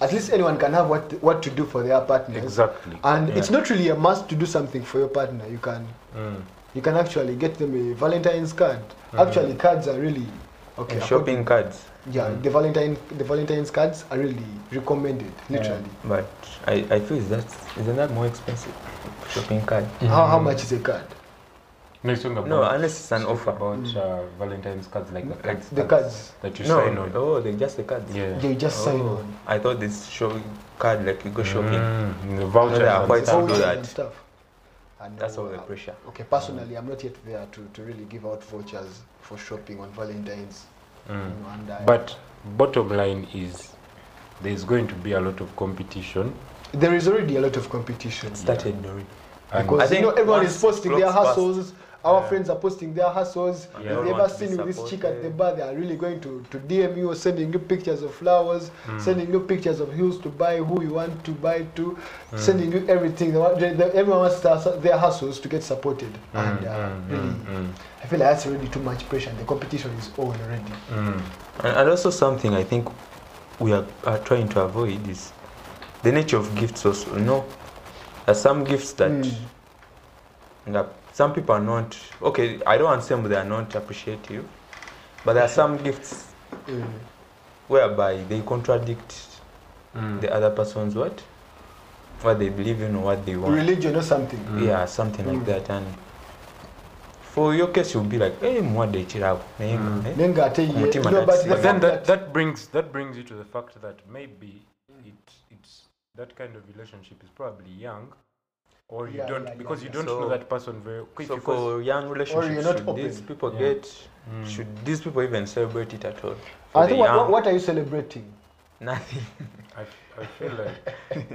S2: At least anyone can have what, what to do for their partners.
S3: exactly.
S2: And
S3: Yeah.
S2: it's not really a must to do something for your partner. You can
S3: Mm.
S2: you can actually get them a Valentine's card.
S4: Mm-hmm.
S2: Actually, cards are really okay.
S4: And shopping cards.
S2: according- Yeah,
S3: Mm-hmm.
S2: the Valentine the Valentine's cards are really recommended. Literally,
S4: But I, I feel that's isn't that more expensive? Shopping card.
S2: how, how much is a card?
S3: No, it's not about,
S4: No, unless it's an
S3: it's
S4: offer.
S3: about
S2: Mm.
S3: uh, Valentine's cards like the cards,
S2: The
S3: that-
S2: cards
S3: that you
S4: no,
S3: sign on.
S4: oh, they just the cards.
S3: Yeah.
S2: they just sign
S4: Oh,
S2: on.
S4: I thought this shopping card like you go shopping.
S3: Mm, the
S4: No, they are
S3: vouchers.
S4: quite
S3: and stuff.
S4: hard.
S3: Mm.
S2: Vouchers
S4: that.
S2: And stuff. And
S4: That's all the pressure.
S2: Okay, personally, I'm not yet there to, to really give out vouchers for shopping on Valentine's.
S3: Mm.
S2: You know, and I,
S3: But bottom line is there's going to be a lot of competition
S2: there is already a lot of competition
S4: started already.
S3: And
S2: because
S4: I
S2: you
S4: think
S2: know everyone is
S4: once
S2: posting their
S4: clocks pass-
S2: hustles. Our
S3: Yeah.
S2: friends are posting their hustles.
S4: And
S2: If
S4: everyone
S2: they ever
S4: wants to
S2: seen
S4: be
S2: you this chick at the
S4: supported.
S2: bar, they are really going to, to DM you, sending you pictures of flowers,
S3: Mm.
S4: Hmm.
S2: sending you pictures of heels to buy, who you want to buy to,
S4: Hmm.
S3: Mm.
S2: sending you everything. They want, they, they, everyone wants their, their hustles to get supported.
S3: Mm.
S4: Hmm,
S2: and uh, really, I feel like that's already too much pressure. The competition is on already.
S3: Mm.
S4: And, and also something I think we are, are trying to avoid is the nature of gifts also. You know, there are some gifts that,
S2: Mm.
S4: that some people are not, okay, I don't want to say they are not appreciative, but there are some gifts
S2: Mm.
S4: whereby they contradict
S3: Mm.
S4: the other person's what? What they believe in or what they want.
S2: hmm. Religion or something.
S3: Mm.
S4: Yeah, something
S2: Mm.
S4: like that. And for your case, you'll be like, hey, mwade, chill out. Hey,
S2: Hmm.
S3: Mm.
S4: hey."
S2: Nenga ate ye-
S4: Mutima
S2: no, but
S4: that's-
S2: the
S3: But
S2: fact
S3: then
S2: that,
S3: that, that brings that brings you to the fact that maybe it it's that kind of relationship is probably young, or you
S2: Yeah,
S3: don't
S2: yeah, yeah,
S3: because
S2: yeah.
S3: you don't
S4: So-
S3: know that person very. if
S4: So
S3: you first-
S4: for young relationships,
S2: not
S4: should these
S2: open.
S4: people
S3: Yeah.
S4: get?
S3: Mm.
S4: Should these people even celebrate it at all? For
S2: I
S4: the
S2: think what- what,
S4: young,
S2: what are you celebrating?
S4: nothing.
S3: I, I feel like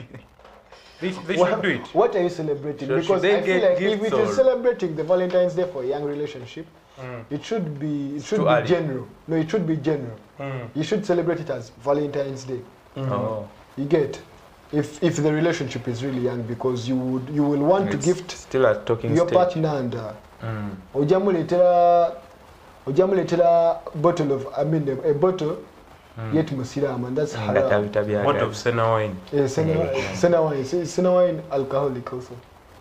S3: they, they
S2: Wha-
S3: should do it.
S2: What are you celebrating?
S4: Should-
S2: because
S4: should they
S2: I feel
S4: get
S2: like if
S4: gifts
S2: it is
S4: or-
S2: celebrating the Valentine's Day for a young relationship,
S3: Mm.
S2: it should be it should
S4: too
S2: be
S4: early.
S2: general. No, it should be general.
S3: Mm.
S2: You should celebrate it as Valentine's Day.
S4: Oh,
S2: You get, if if the relationship is really young, because you would you will want
S4: it's
S2: to gift
S4: still a talking
S2: your
S4: stage.
S2: partner and uh,
S3: Mm.
S2: ujamuletera ujamuletera bottle of I mean a, a bottle yet Muslim and that's
S4: Mm, Hmm. that
S2: haram.
S4: habitabia
S3: Mm. What
S4: guy.
S3: of Senna wine?
S2: Yeah, sena, sena wine, sena wine alcoholic also.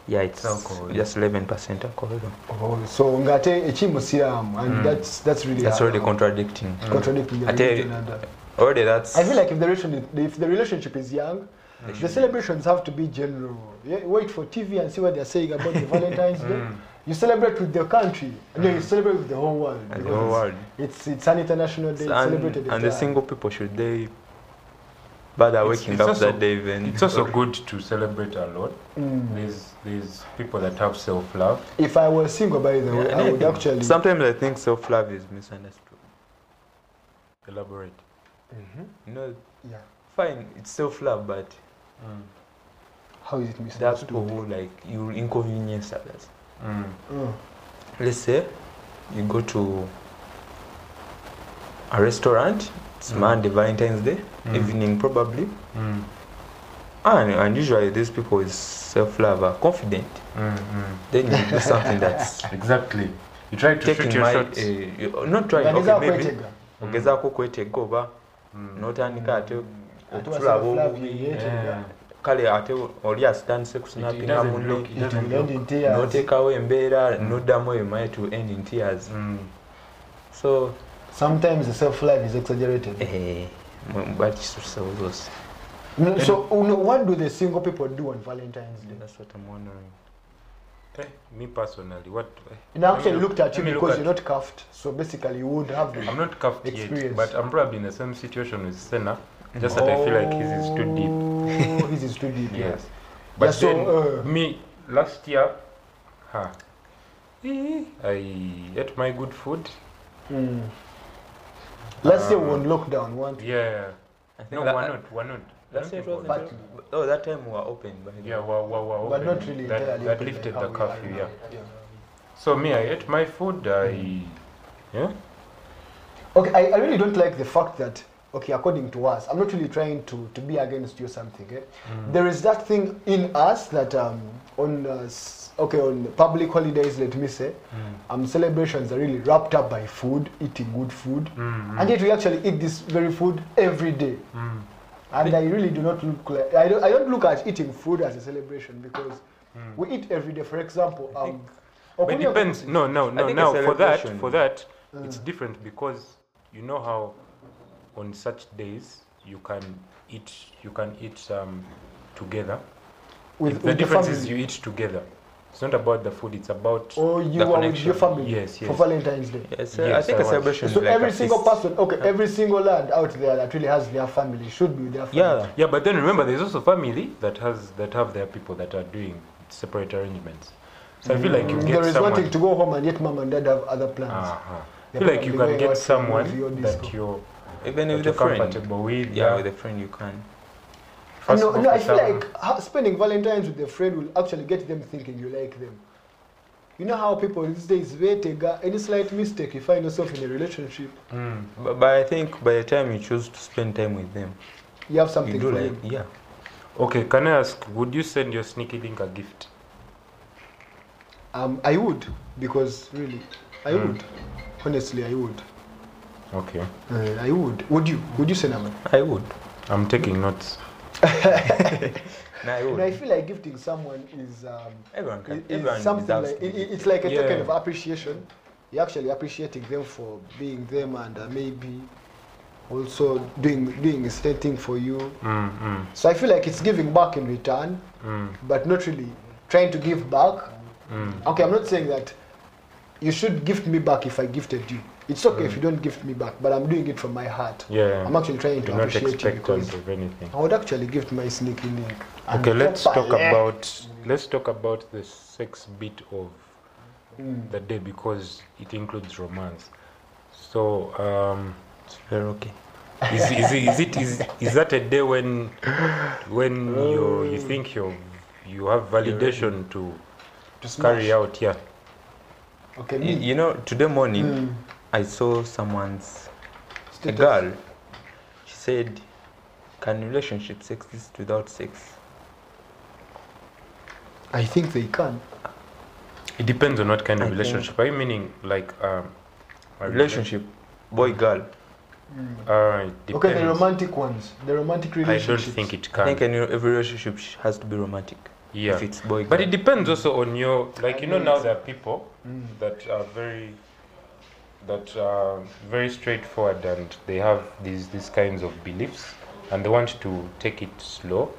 S4: Yeah, it's
S3: Alcohol.
S4: just eleven percent alcohol.
S2: Oh, so ngate echimusiramu and
S3: Mm.
S2: that's that's really
S4: Hmm. That's
S2: hard.
S4: already Hmm. contradicting.
S3: Hmm.
S2: contradicting the
S4: I tell you-
S2: religion and, uh,
S4: Already, that's. Hmm.
S2: I feel like if the relationship if the relationship is young,
S4: They
S2: the
S4: should-
S2: celebrations have to be general. Yeah, wait for TV and see what they're saying about the Valentine's Day.
S3: Mm.
S2: You celebrate with your country, and then you celebrate with the whole world.
S4: and the
S2: because
S4: whole world.
S2: It's it's an international day, it's
S4: And,
S2: celebrated.
S4: and the
S2: entire-
S4: single people should they? But are
S3: It's-
S4: waking
S3: it's
S4: up
S3: also-
S4: that day even.
S3: It's also good to celebrate alone.
S2: Mm.
S3: There's there's people that have self love.
S2: If I was single, by the
S4: Yeah,
S2: way,
S4: and
S2: I would
S4: think-
S2: actually.
S4: Sometimes I think self-love is misunderstood.
S3: Elaborate.
S2: Mhm.
S4: You know,
S2: Yeah.
S4: fine, it's self-love, but
S3: Mm.
S2: How is it
S4: there are people
S2: misunderstood?
S4: who like you inconvenience others.
S3: Mm.
S2: Mm.
S4: Let's say you go to a restaurant. It's
S3: Mm.
S4: Monday, Valentine's Day
S3: Mm.
S4: evening, probably.
S3: Mm.
S4: And, and usually these people is self-love, are confident.
S3: Mm. Mm.
S4: Then you do something that's
S3: Exactly. You try to shoot
S4: taking
S3: your
S4: my,
S3: shots. Mm.
S4: eh, you- not trying.
S2: Ganisa
S4: Okay, maybe.
S2: kwetega.
S4: Ogezako kwetega oba
S3: Mm.
S4: notandika ate
S2: Ate
S4: okusula
S2: wasaba
S4: bwobubi.
S2: Flavi yeetega.
S3: Yeah.
S4: kale ate oli asitandise
S3: It
S4: kusinapinga
S3: doesn't
S4: munne
S3: look- it
S2: It
S3: doesn't
S2: will end
S3: look-
S2: in tears.
S4: noteekawo embeera noddamu eyo mine to end in tears
S3: Mm.
S4: so
S2: Sometimes the self love is exaggerated.
S4: eh, mwe- bakisusa bususi
S2: No, Mm, so, oh, no, what do the single people do on Valentine's Day?
S4: That's what I'm wondering.
S3: Eh, me personally, what? eh,
S2: And I actually
S3: let me look-
S2: looked at you
S3: let me look
S2: because
S3: at-
S2: you're not cuffed, so basically you would have
S3: I'm
S2: the
S3: not cuffed
S2: Experience.
S3: yet, but I'm probably in the same situation with Senna. Just that I feel like his is too deep.
S2: deep. Oh, his is too deep.
S3: Yes. But
S2: But yeah, so
S3: then
S2: uh,
S3: me last year, ha, eh, I ate my good food.
S2: mm. let's say
S3: Uh,
S2: we're on lockdown, one.
S3: Yeah.
S4: I think
S3: No,
S4: that-
S3: we're not. We're not.
S4: that's
S3: I
S4: it,
S3: don't
S4: wasn't
S3: think we're
S2: But-
S3: not.
S4: it? Oh, that time we were open, by the
S3: Yeah,
S4: way.
S3: we're, we're, we're
S2: But
S3: open.
S2: not really
S3: that,
S2: entirely
S3: that
S2: open like
S3: lifted the
S2: how we are
S3: curfew.
S2: now.
S3: Yeah. So me, I ate my food. I, yeah.
S2: Okay, I, I really don't like the fact that, okay, according to us, I'm not really trying to, to be against you or something. Eh?
S3: Mm.
S2: There is that thing in us that um, on, uh, s- okay, on public holidays, let me say, um, celebrations are really wrapped up by food, eating good food.
S3: Mm,
S2: And yet we actually eat this very food every day.
S3: mm,
S2: And I really do not look like, I don't, I don't look at eating food as a celebration because
S3: mm.
S2: we eat every day. For example, um,
S3: But it
S2: okunywa-
S3: depends. No, no, no.
S4: think a
S3: Now for that,
S4: celebration-
S3: for that,
S2: Mm.
S3: it's different because you know how on such days you can eat, you can eat um, together.
S2: with,
S3: the
S2: with
S3: difference
S2: family.
S3: is you eat together. It's not about the food. It's about
S2: or you
S4: the
S2: are with
S4: connection.
S2: your family
S3: Yes,
S2: for
S3: yes.
S2: Valentine's Day.
S4: Yes, uh, I
S3: Yes,
S4: think
S3: I
S4: a
S3: was.
S4: celebration is
S2: So
S4: like
S2: every
S4: a
S2: single
S4: feast.
S2: person, okay, every single lad out there that really has their family should be with their family.
S4: Yeah.
S3: yeah. But then remember, there's also family that has that have their people that are doing separate arrangements. So I feel like you
S2: Mm,
S3: get
S2: there is
S3: someone.
S2: wanting to go home and yet mom and dad have other plans.
S3: Uh-huh. I
S2: They're
S3: feel like you
S2: probably
S3: can
S2: going out
S3: get
S2: to
S3: someone
S2: movie or disco.
S3: that you're,
S4: Even
S3: that
S4: with
S3: you're
S4: a friend.
S3: comfortable with.
S4: Yeah, with a friend you can.
S3: First
S2: no,
S3: of
S2: no, I feel
S3: December.
S2: like ha- spending Valentine's with a friend will actually get them thinking you like them. You know how people these days they take uh, any slight mistake you find yourself in a relationship,
S3: Mm.
S4: But, but I think by the time you choose to spend time with them,
S2: you have
S4: you
S2: something
S4: do
S2: for
S4: like,
S2: him.
S4: yeah.
S3: Okay, can I ask, would you send your sneaky link a gift?
S2: Um, I would because really, I
S3: Mm.
S2: would. Honestly, I would.
S3: Okay.
S2: Uh, I would. Would you? Would you, Senaman?
S4: I would.
S3: I'm taking notes.
S4: Nah, I
S2: And I
S4: would.
S2: feel like gifting someone is um,
S4: Everyone can.
S2: i-
S4: Everyone
S2: is something
S4: deserves
S2: like
S4: to
S2: it,
S4: be
S2: it- it's like a token
S3: Yeah.
S2: of appreciation. You're actually appreciating them for being them and uh, maybe also doing doing a certain thing for you.
S3: Mm, mm,
S2: So I feel like it's giving back in return,
S3: mm,
S2: but not really trying to give back.
S3: mm.
S2: Okay, I'm not saying that you should gift me back if I gifted you. It's okay if you don't gift me back, but I'm doing it from my heart.
S3: Yeah.
S2: I'm actually trying to
S3: You're not
S2: appreciate you
S3: expectant
S2: because
S3: of anything.
S2: I would actually gift my sneaky link. and
S3: Okay, let's
S2: pepper,
S3: talk
S2: yeah.
S3: about let's talk about the sex bit of
S2: Mm.
S3: the day because it includes romance. So, um,
S4: It's very okay.
S3: is, is, it- is it is, is that a day when when you you think you you have validation to
S2: Just
S3: carry
S2: smash.
S3: out? Yeah.
S2: Okay,
S4: You,
S2: me.
S4: you know, today morning
S2: Mm.
S4: I saw someone's a
S2: Status.
S4: girl. She said, "Can relationships exist without sex?"
S2: I think they can.
S3: It depends on what kind of
S4: I think-
S3: relationship. Are you meaning like um, a
S4: Relationship, boy girl.
S3: Uh, it depends.
S2: Okay, the romantic ones, the romantic
S3: I
S2: relationships.
S3: don't think it
S4: I
S3: can.
S4: think any, every relationship sh- has to be romantic.
S3: yeah.
S4: If it's boy girl.
S3: But it depends also on your like you know now
S2: Mm.
S3: there are people
S2: Mm.
S3: that are very that are very straightforward and they have these these kinds of beliefs and they want to take it slow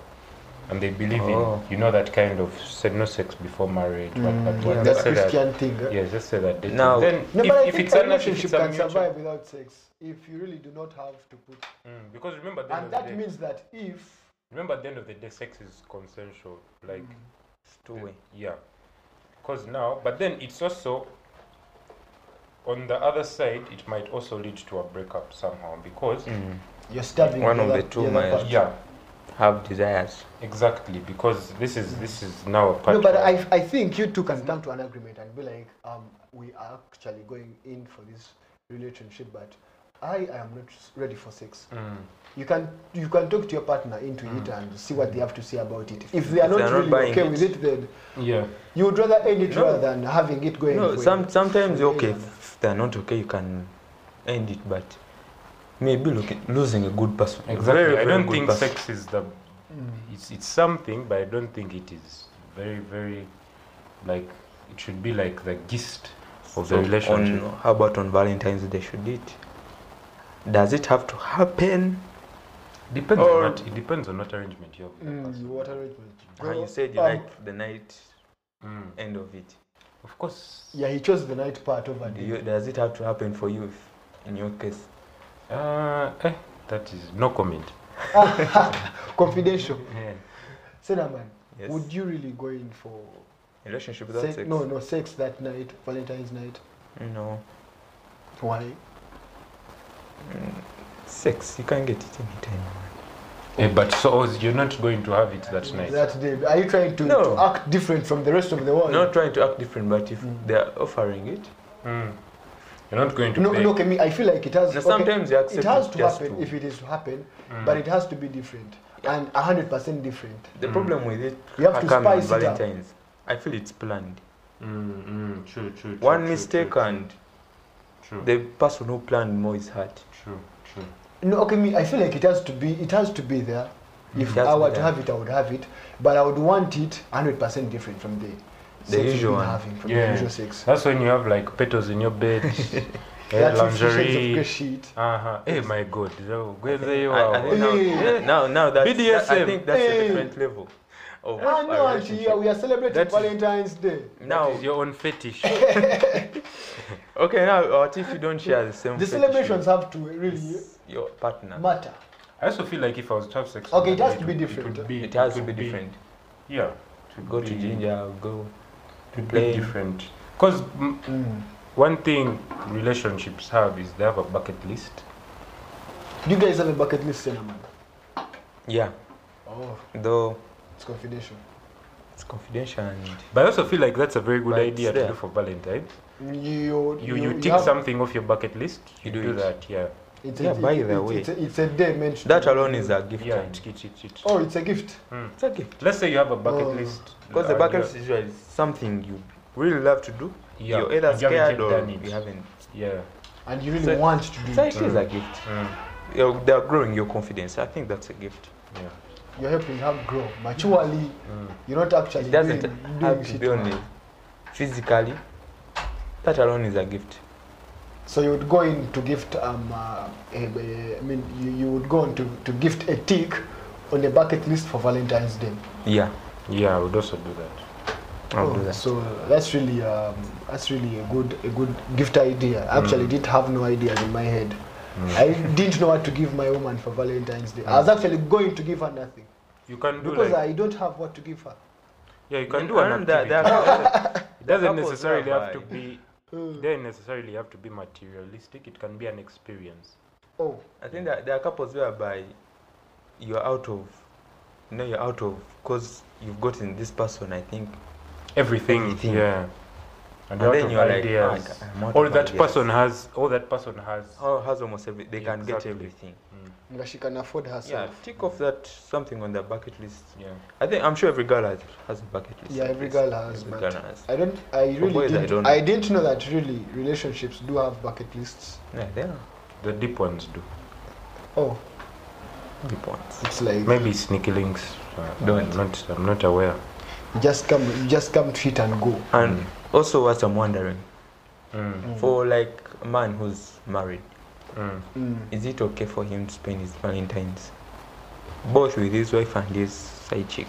S3: and they believe
S4: Oh.
S3: in you know that kind of said no sex before marriage
S2: Mm,
S3: but, but
S2: yeah,
S3: what
S2: that's
S3: let's say that
S2: Christian thing. eh?
S3: yes just say that dating.
S4: Now-
S3: then
S2: No, but I
S3: if, if
S2: think
S3: it's
S2: a
S3: a
S2: relationship
S3: it's a
S2: can
S3: mutual-
S2: survive without sex if you really do not have to put.
S3: Mm, because remember at the
S2: And
S3: end of the
S2: that
S3: day,
S2: means that if
S3: remember at the end of the day sex is consensual like
S4: it's two way.
S3: Yeah. Because now, but then it's also, on the other side, it might also lead to a breakup somehow because,
S4: Mm.
S2: you're stabbing
S4: One of
S2: other-
S4: the two
S2: other
S4: might-
S2: part.
S3: yeah,
S4: Have desires.
S3: exactly, because this is this is now a part
S2: No, but
S3: where-
S2: I, I think you two can come to an agreement and be like, um, we are actually going in for this relationship, but I am not ready for sex.
S3: Mm,
S2: You can you can talk to your partner into it and see what they have to say about it. If they are
S4: Mm. If
S2: not
S4: they are not
S2: really
S4: buying
S2: okay
S4: it.
S2: with it, then
S3: yeah,
S2: you would rather end it
S4: No.
S2: rather than having it going.
S4: No,
S2: for
S4: some
S2: you.
S4: sometimes
S2: for
S4: okay.
S2: you.
S4: If they're not okay, you can end it. But maybe looking losing a good person. a
S3: exactly.
S4: very,
S3: I
S4: very
S3: don't
S4: good
S3: think
S4: person.
S3: sex is the
S2: Mm.
S3: it's it's something, but I don't think it is very very like it should be like the gist of the
S4: So
S3: relationship.
S4: On, how about on Valentine's Day? Should it? Does it have to happen?
S3: Depends
S4: or-
S3: on what it depends on what arrangement you have. with the
S2: Mm,
S3: person.
S2: what arrangement?
S4: Ah, you said you
S2: Um,
S4: like the night
S3: Mm,
S4: end of it.
S3: Of course.
S2: Yeah, he chose the night part over
S4: Do
S2: the
S4: you, does it have to happen for you? If, in your case,
S3: Uh, eh, that is no comment.
S2: confidential.
S4: Eh,
S3: Yeah.
S2: Cinnamon,
S4: yes.
S2: would you really go in for
S4: relationship without
S2: sex?
S4: sex?
S2: No, no, sex that night, Valentine's night.
S4: No.
S2: Why?
S4: Mm, Sex, you can get it anytime.
S3: Eh, but so you're not going to have it that night.
S2: That day. Are you trying to,
S4: No.
S2: to act different from the rest of the world?
S4: Not trying to act different, but if
S2: Oh, Mm.
S4: they are offering it,
S3: Mm. You're not going to
S2: No,
S3: pay.
S2: no, Kemi, I feel like it has.
S4: now
S2: okay,
S4: sometimes you accept
S2: it has to
S4: just
S2: happen
S4: to-
S2: if it is to happen,
S3: Mm.
S2: but it has to be different and hundred percent different.
S4: the
S3: Mm.
S4: problem with it,
S2: You have to
S4: come in
S2: spice it up.
S4: Valentine's. I feel it's planned.
S3: Mm, mm, true, true, true.
S4: One
S3: true,
S4: mistake
S3: true,
S4: and
S3: true,
S4: the person who planned more is hurt.
S3: true, true.
S2: No, okay, me, I feel like it has to be. It has to be there. If
S4: It
S3: Mm.
S4: has
S2: I
S4: to be
S2: were to
S4: there.
S2: have it, I would have it, but I would want it hundred percent different from the, sex we've
S4: usual
S2: been
S4: one.
S2: having from the
S3: Yeah.
S2: usual sex.
S3: That's when you have like petals in your bed, eh,
S2: That's with shades of
S3: lingerie.
S2: grey sheet.
S3: Uh huh. Hey, my God. so Where they
S4: I, I think
S3: are.
S4: now,
S2: Yeah.
S4: now, now that's, that, I
S3: BDSM.
S4: think that's a
S2: Hey.
S4: different level. Of
S2: Ah, no,
S4: a
S2: auntie, yeah,
S4: relationship.
S2: we are celebrating
S4: That is-
S2: Valentine's Day.
S4: Now,
S3: your own fetish.
S4: okay, now, uh, what if you don't share the same
S2: The
S4: fetish
S2: celebrations
S4: with
S2: have to really
S4: your partner?
S2: matter.
S3: I also feel like if I was to have sex,
S2: Okay,
S3: with
S2: it
S3: her,
S2: has to be
S3: would-
S2: different.
S3: would
S4: It has to
S3: would
S4: be different.
S3: Yeah. it would
S4: Go to
S3: be-
S4: Ginger, go.
S3: it would
S4: play.
S3: be different. Because
S4: Mm.
S3: one thing relationships have is they have a bucket list.
S2: Do you guys have a bucket list, Cinnamon?
S4: Yeah.
S2: Oh,
S4: though
S2: it's confidential.
S4: it's confidential and
S3: But I also feel like that's a very good
S4: But it's
S3: idea to
S4: there.
S3: do for Valentine's.
S2: You
S3: You you, tick
S2: have-
S3: something off your bucket list.
S4: You
S3: You,
S4: do
S3: do
S4: it.
S3: that, yeah.
S2: It's
S4: Yeah, by the
S2: it's-
S4: way.
S2: it's a, it's a day meant. to-
S4: that alone is a gift
S3: Yeah,
S4: and
S3: it, it, it, it.
S2: Oh, it's a gift.
S4: it's a gift
S3: Hmm. Let's say you have a bucket
S2: Oh.
S3: list.
S4: because the
S3: uh,
S4: bucket
S3: yeah.
S4: is usually something you really love to do
S3: Yeah,
S4: you're either
S3: and you haven't
S4: scared
S3: yet
S4: or
S3: done it.
S4: you haven't
S3: Yeah.
S2: And you really
S4: So-
S2: want to do
S4: so
S2: it.
S4: it is a gift
S3: Mm.
S4: you're, they're growing your confidence i think that's a gift
S3: Yeah.
S2: You're helping her grow maturely.
S3: Mm.
S2: You're not actually
S4: it doesn't
S2: doing, doing
S4: have to
S2: shit.
S4: be only physically that alone is a gift
S2: So you would go in to gift. Um, uh, a, a, I mean, you, you would go on to, to gift a tick on the bucket list for Valentine's Day.
S4: yeah
S3: Yeah, I would also do that.
S4: I'll do that.
S2: Oh, So that's really um, that's really a good a good gift idea. I
S4: Mm.
S2: Actually, did have no ideas in my head.
S3: Hmm.
S2: I didn't know what to give my woman for Valentine's Day. I
S4: Mm.
S2: was actually going to give her nothing
S3: You can do
S2: because
S3: like
S2: I don't have what to give her.
S3: yeah, you can
S4: And
S3: do an
S4: aren't
S3: activity.
S4: there- there are-
S3: it doesn't
S4: couples
S3: necessarily have to
S4: whereby-
S3: be.
S2: Uh,
S3: It doesn't necessarily have to be materialistic. It can be an experience.
S2: oh,
S4: I think that there are couples whereby you're out of, you know, you're out of because you've gotten this person. I think,
S3: Everything.
S4: Everything.
S3: Yeah. And,
S4: and,
S3: out
S4: then
S3: of
S4: you're
S3: ideas.
S4: like, "Ah, I'm out
S3: all
S4: of
S3: that
S4: ideas."
S3: person has. All that person has.
S4: Oh, has almost every. They can get
S3: Exactly.
S4: everything.
S3: Mm.
S2: that she can afford
S4: Yeah,
S2: herself.
S4: tick off that something on their bucket list.
S3: Yeah.
S4: I think I'm sure every girl has has a bucket list.
S2: Yeah,
S4: like
S2: every
S4: this.
S2: girl has,
S4: Every
S2: but
S4: girl has.
S2: I don't. I really
S4: boys, I
S2: didn't. I,
S4: don't know.
S2: didn't know that really relationships do have bucket lists.
S4: Yeah, they are
S3: The deep ones do.
S2: Oh,
S4: deep ones.
S2: it's like
S3: Maybe sneaky links. Uh,
S4: Don't.
S3: I'm not. I'm not aware.
S2: you just come, you just come to it and go.
S4: And also, what I'm wondering
S3: Mm.
S2: Mm.
S4: for like a man who's married,
S3: Mm.
S2: Mm.
S4: is it okay for him to spend his Valentine's both with his wife and his side chick?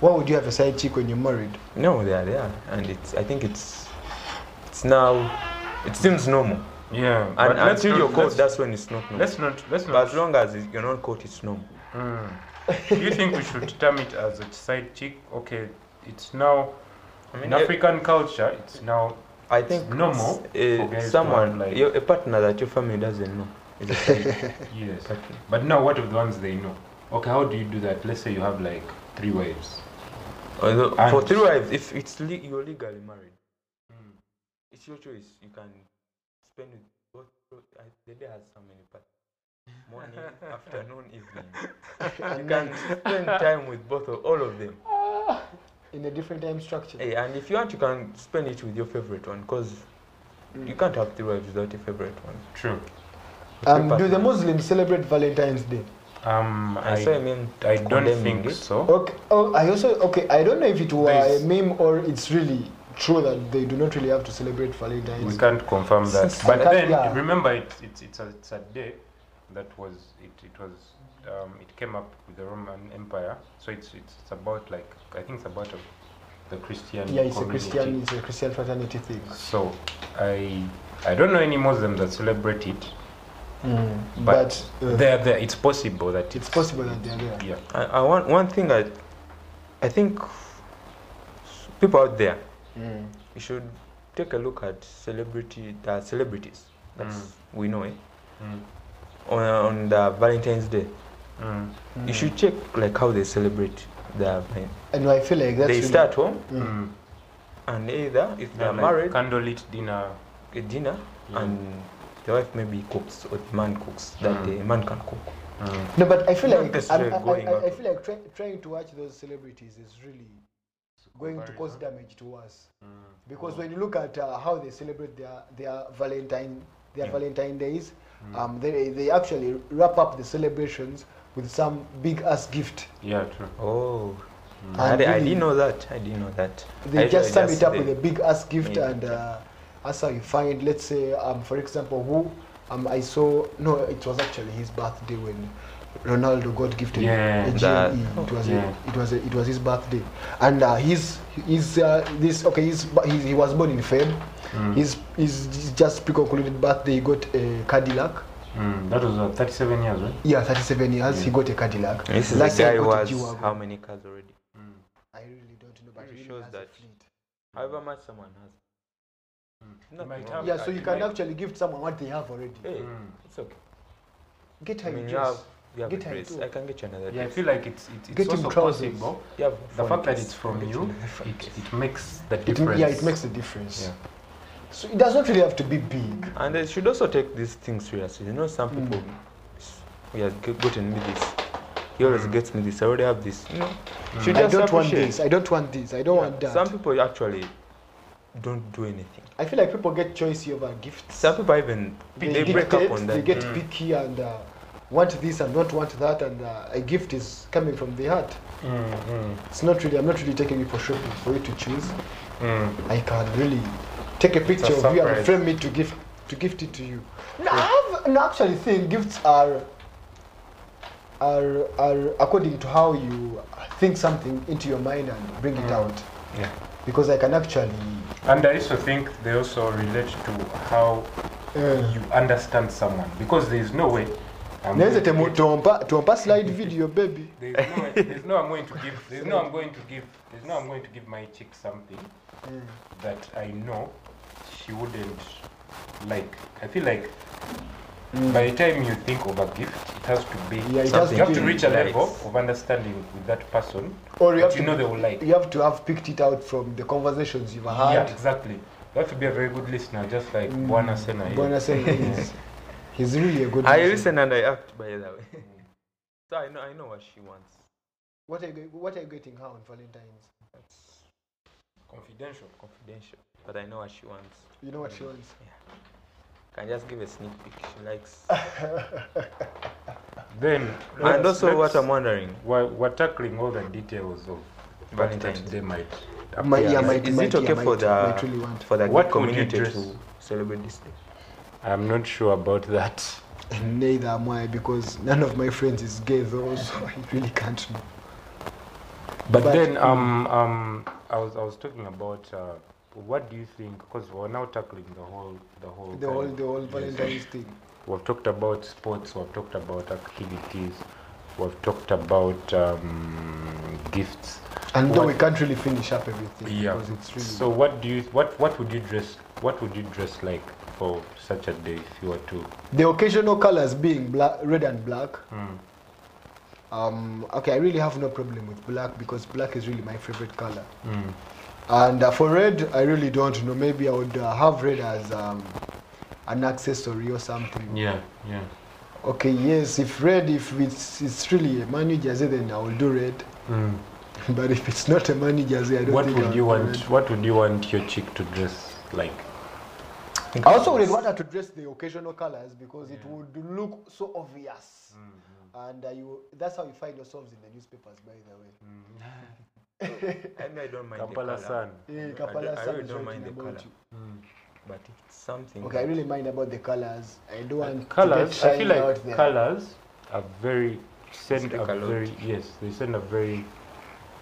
S2: Why would you have a side chick when you're married?
S4: No, they are there, and it's. I think it's. It's now. It seems normal,
S3: Yeah.
S4: and
S3: but let's
S4: until
S3: not-
S4: you're caught,
S3: let's-
S4: that's when it's not normal.
S3: Let's not. Let's
S4: But
S3: not.
S4: as long as it- you're not caught, it's normal.
S3: Mm. Do you think we should term it as a side chick? Okay, it's now
S4: I
S3: in
S4: eh,
S3: African culture. It's now
S4: I think
S3: normal
S4: eh,
S3: for guys to have,
S4: someone,
S3: like-
S4: your, a partner that your family doesn't know, is a side
S3: yes.
S4: partner.
S3: But now, what of the ones they know? Okay, how do you do that? Let's say you have like three wives.
S4: Although
S3: And-
S4: for three wives, if it's le- you're legally married,
S3: Mm.
S4: it's your choice. You can spend it both. I, the day has so many parts. Morning, afternoon, evening. You can spend time with both of all of them.
S2: in a different time structure.
S4: Hey, and if you want, you can spend it with your favorite one, cause you can't have three wives without a favorite one.
S3: True.
S2: Um, do
S4: Paper.
S2: the Muslims celebrate Valentine's Day?
S3: Um,
S4: I,
S3: I
S4: saw a meme
S3: I don't
S4: condemning
S3: think
S4: it.
S3: so.
S2: Okay. Oh, I also okay. I don't know if it were a
S3: There's-
S2: meme or it's really true that they do not really have to celebrate Valentine's.
S3: We can't confirm that.
S4: Since-
S3: But
S2: Can't-
S3: then
S2: yeah.
S3: remember, it, it's it's a, it's a day that was it it was um, it came up with the Roman Empire. So it's it's, it's about like I think it's about a, the Christian.
S2: Yeah, it's a
S3: community.
S2: Christian, it's a Christian fraternity thing.
S3: So I I don't know any Muslims that celebrate it.
S4: Mm.
S2: But,
S3: But
S2: uh,
S3: They're there. It's possible that
S2: it's possible that they're there.
S3: Yeah.
S4: I, I want one thing. I, I think people out there,
S2: Mm.
S4: you should take a look at celebrity, the celebrities that
S3: Mm.
S4: we know eh?
S3: Mm.
S4: on on the Valentine's Day.
S3: Mm.
S4: You should check like how they celebrate their. Valentine.
S2: Mm. And I feel like that's
S4: they
S2: really-
S4: start home
S2: Mm.
S3: Mm.
S4: and either if they
S3: They're
S4: are
S3: like
S4: married,
S3: candlelit dinner.
S4: a dinner
S3: Yeah.
S4: and the wife maybe cooks or the man cooks that
S3: Mm.
S4: the man can cook.
S3: Mm.
S2: No, but I feel
S4: Not
S2: like I'm,
S4: necessarily
S2: I,
S4: going
S2: I, I, I
S4: out
S2: feel like try, trying to watch those celebrities is really going to cause damage to us
S3: Mm.
S2: because when you look at uh, how they celebrate their their Valentine their
S4: Yeah. Mm.
S2: Valentine days,
S3: mm.
S2: um, they they actually wrap up the celebrations with some big ass gift.
S3: Yeah, true.
S4: Oh,
S3: Mm.
S4: I,
S2: And
S4: di- I
S2: really-
S4: didn't know that. I didn't know that.
S2: They
S4: I
S2: just sum
S4: just
S2: it up
S4: did.
S2: with a big ass gift,
S4: Yeah.
S2: and uh, that's how you find. Let's say, um, for example, who um, I saw. No, it was actually his birthday when Ronaldo got gifted
S3: Yeah,
S2: a GME.
S4: that-
S2: E. it was
S3: yeah.
S2: a, it was a, it was his birthday, and uh, his his uh, this okay. His, bu- he, he was born in Feb.
S3: Mm.
S4: Mm.
S2: His his just pre-concluded birthday, he got a Cadillac.
S3: Mm. That was uh, 37 years, right?
S2: Yeah, 37 years, he
S3: Yeah.
S2: got a Cadillac.
S4: This is
S2: Last
S4: the
S2: year
S4: guy
S2: he
S4: who
S2: got a
S4: has
S2: G-Wagon.
S4: how many cars already?
S3: Mm.
S2: I really don't know, but
S4: It
S2: he really
S4: shows
S2: has a
S4: that-
S2: fleet.
S4: However much someone has.
S3: Mm. You
S4: Nothing
S3: might
S4: wrong.
S3: have
S2: Yeah, so
S3: a
S2: you can
S3: dinner.
S2: actually give someone what they have already.
S4: Hey,
S3: Mm.
S4: it's okay.
S2: Get
S4: I
S2: her a
S4: mean, you
S2: dress.
S4: have you have a
S2: Get her
S4: brace.
S2: too.
S4: I can get you another
S3: Yeah, I
S4: dress.
S3: feel like it's it's, it's
S2: Get him
S3: also
S2: trousers.
S3: possible.
S4: You have
S3: The
S4: phone
S3: fact that
S4: case.
S3: it's from
S4: Get
S3: you,
S4: another phone
S3: it,
S4: case.
S3: it makes the
S2: It,
S3: difference.
S2: yeah, it makes a difference.
S3: Yeah.
S2: So it does not really have to be big.
S4: And they should also take these things seriously. You know, some people, he has g- gotten me this. He always
S3: Mm.
S4: gets me this. I already have this. You know,
S3: Mm.
S4: should
S2: I
S4: just
S2: don't want
S4: appreciate.
S2: this. I don't want this. I don't want that.
S4: Some people actually don't do anything.
S2: I feel like people get choicy over gifts.
S4: Some people even
S2: they,
S4: they break
S2: dictate,
S4: up on
S2: They
S4: that.
S2: get
S3: Mm.
S2: picky and uh, want this and not want that, and uh, a gift is coming from the heart.
S3: Mm, mm,
S2: It's not really. I'm not really taking you for shopping for you to choose.
S3: mm.
S2: I can really take a picture of you and
S3: surprise.
S2: frame it to give to gift it to you. No, I have, no, actually think gifts are are are according to how you think something into your mind and bring it
S3: Mm.
S2: out.
S3: Yeah.
S2: Because I can actually
S3: And I also think they also relate to how
S2: uh,
S3: you understand someone because there is no way. I'm
S2: naweza
S3: going to
S2: temu-
S3: get-
S2: tuomba tuomba slide video baby.
S3: There's no, way- there's no I'm going to give. There's no I'm going to give. There's no I'm going to give my chick something
S2: Mm.
S3: that I know she wouldn't like. I feel like by the time you think of a gift, it has to be.
S2: Yeah, it has
S3: you
S2: to
S3: have
S2: be.
S3: to reach a level
S4: Yes.
S3: of understanding with that person
S2: Or you have
S3: that
S2: to
S3: you know they will like.
S2: you have to have picked it out from the conversations you've
S3: Yeah,
S2: had.
S3: exactly. You have to be a very good listener, just like
S2: Mm.
S3: Buana Sena. here.
S2: Bwana Sena is he's really a good.
S4: I
S2: listener.
S4: listen and I act. By the way, so I know I know what she wants.
S2: What are you, go- what are you getting her on Valentine's?
S4: That's
S3: Confidential.
S4: confidential, but I know what she wants.
S2: You know what she wants.
S4: Can just give a sneak peek. She likes.
S3: Then
S4: and
S3: let's-
S4: also, what
S3: let's-
S4: I'm wondering,
S3: we're, we're tackling all the details of what that
S4: Valentine's.
S3: they might.
S2: My, yeah,
S3: appear.
S2: my,
S4: is it
S2: my, yeah,
S4: okay for
S2: might,
S4: the-
S2: might really want.
S4: for the
S3: What
S4: gay
S3: would you
S4: community
S3: dress?
S4: to celebrate this day.
S3: I'm not sure about that.
S2: Neither am I because none of my friends is gay though, so I really can't know. But-
S3: But,
S2: mm.
S3: then, um, um, I was I was talking about uh, what do you think? Because we're now tackling the whole the whole
S2: The
S3: kind
S2: whole
S3: of-
S2: the whole Valentine's thing.
S3: We've talked about sports. We've talked about activities. We've talked about um, gifts.
S2: And though
S3: What-
S2: we can't really finish up everything
S3: Yeah.
S2: because it's really
S3: So what do you what what would you dress what would you dress like for such a day if you were to?
S2: the occasional colors being black, red and black.
S3: Mm,
S2: Um, okay, I really have no problem with black because black is really my favorite color.
S3: mm,
S2: And uh, for red, I really don't know. Maybe I would uh, have red as um, an accessory or something.
S3: yeah, yeah.
S2: Okay, yes, if red, if it's, it's really a money jersey, then I will do red.
S3: Mm.
S2: But if it's not a money jersey, I don't
S3: What
S2: think I'll
S3: would you
S2: do
S3: want?
S2: red.
S3: What would you want your chick to dress like?
S2: I also would want her to dress the occasional colors because it
S3: Yeah.
S2: would look so obvious. And uh, you, that's how you find yourselves in the newspapers, by the way.
S3: Mm.
S4: I mean, I don't mind
S3: Kampala
S4: the color,
S3: sun.
S2: Eh,
S4: I don't-
S2: Kampala
S4: I
S2: Sun
S4: really
S2: is writing
S4: don't mind the
S2: about
S4: color.
S2: you.
S4: but if it's something.
S2: Okay, I really mind about the colors. I don't want to
S3: colors.
S2: get
S3: I feel
S2: shiny out
S3: like
S2: there.
S3: colors are very send
S4: Speak
S3: a
S4: a lot.
S3: very yes. They send a very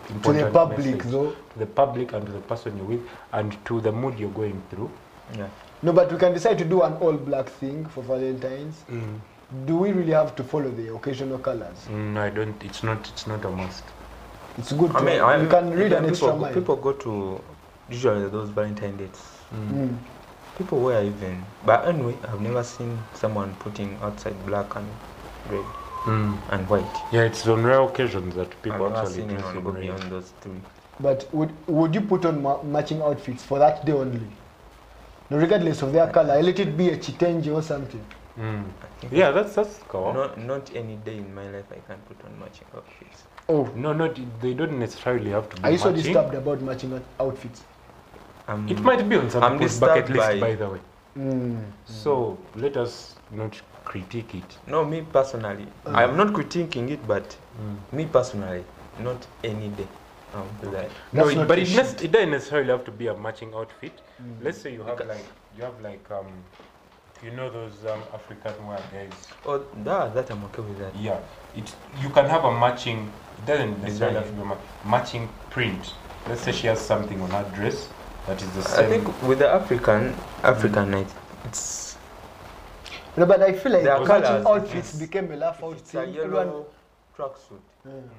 S2: to the
S3: important
S2: public,
S3: message
S2: though.
S3: to the public, and to the person you're with, and to the mood you're going through.
S4: yeah.
S2: No, but we can decide to do an all black thing for Valentine's.
S4: Mm.
S2: Do we really have to follow the occasional colors?
S3: Mm, I don't. It's not. It's not a must.
S2: It's good. To,
S4: I mean, I,
S2: you can read
S4: even
S2: an extra
S4: people,
S2: mind.
S4: people go to usually those Valentine dates.
S3: Mm.
S2: Mm.
S4: People wear even, but anyway, I've never seen someone putting outside black and red
S3: Mm.
S4: and white.
S3: Yeah, it's on rare occasions that people
S4: I've never
S3: actually
S4: seen
S3: dress
S4: anyone
S3: in
S4: go
S3: red.
S4: beyond those three.
S2: But would would you put on ma- matching outfits for that day only? No, regardless of their color, let it be a chitenge or something.
S3: Mm.
S4: I think
S3: Yeah, that's that's cool.
S4: Not, not any day in my life I can put on matching outfits.
S2: Oh,
S3: No, not they don't necessarily have to be
S2: are you so
S3: matching.
S2: disturbed about matching out- outfits?
S4: Um,
S3: It might be on some
S4: I'm
S3: people's bucket
S4: disturbed
S3: list,
S4: by-
S3: by, the way.
S2: Mm.
S3: So let us not critique it.
S4: No, me personally,
S2: Mm.
S4: I'm not critiquing it, but me personally, not any day. Um, that.
S3: No,
S2: That's
S3: it,
S2: not
S3: but
S2: a
S3: it,
S2: shit.
S3: nec- it doesn't necessarily have to be a matching outfit.
S2: Mm.
S3: Let's say you have
S4: Because-
S3: like you have like um, you know those um, African wear guys.
S4: Oh, that, that I'm okay with that.
S3: Yeah, it you can have a matching. It doesn't necessarily
S4: Design.
S3: have to be a ma- matching print. Let's say she has something on her dress that is the same. Mm.
S4: I think with the African, African night, it's
S2: No, but I feel like
S4: Their
S2: matching
S4: colours,
S2: outfits
S4: yes.
S2: became a laugh out
S4: it's a
S2: thing.
S4: yellow tracksuit.
S2: Everyone-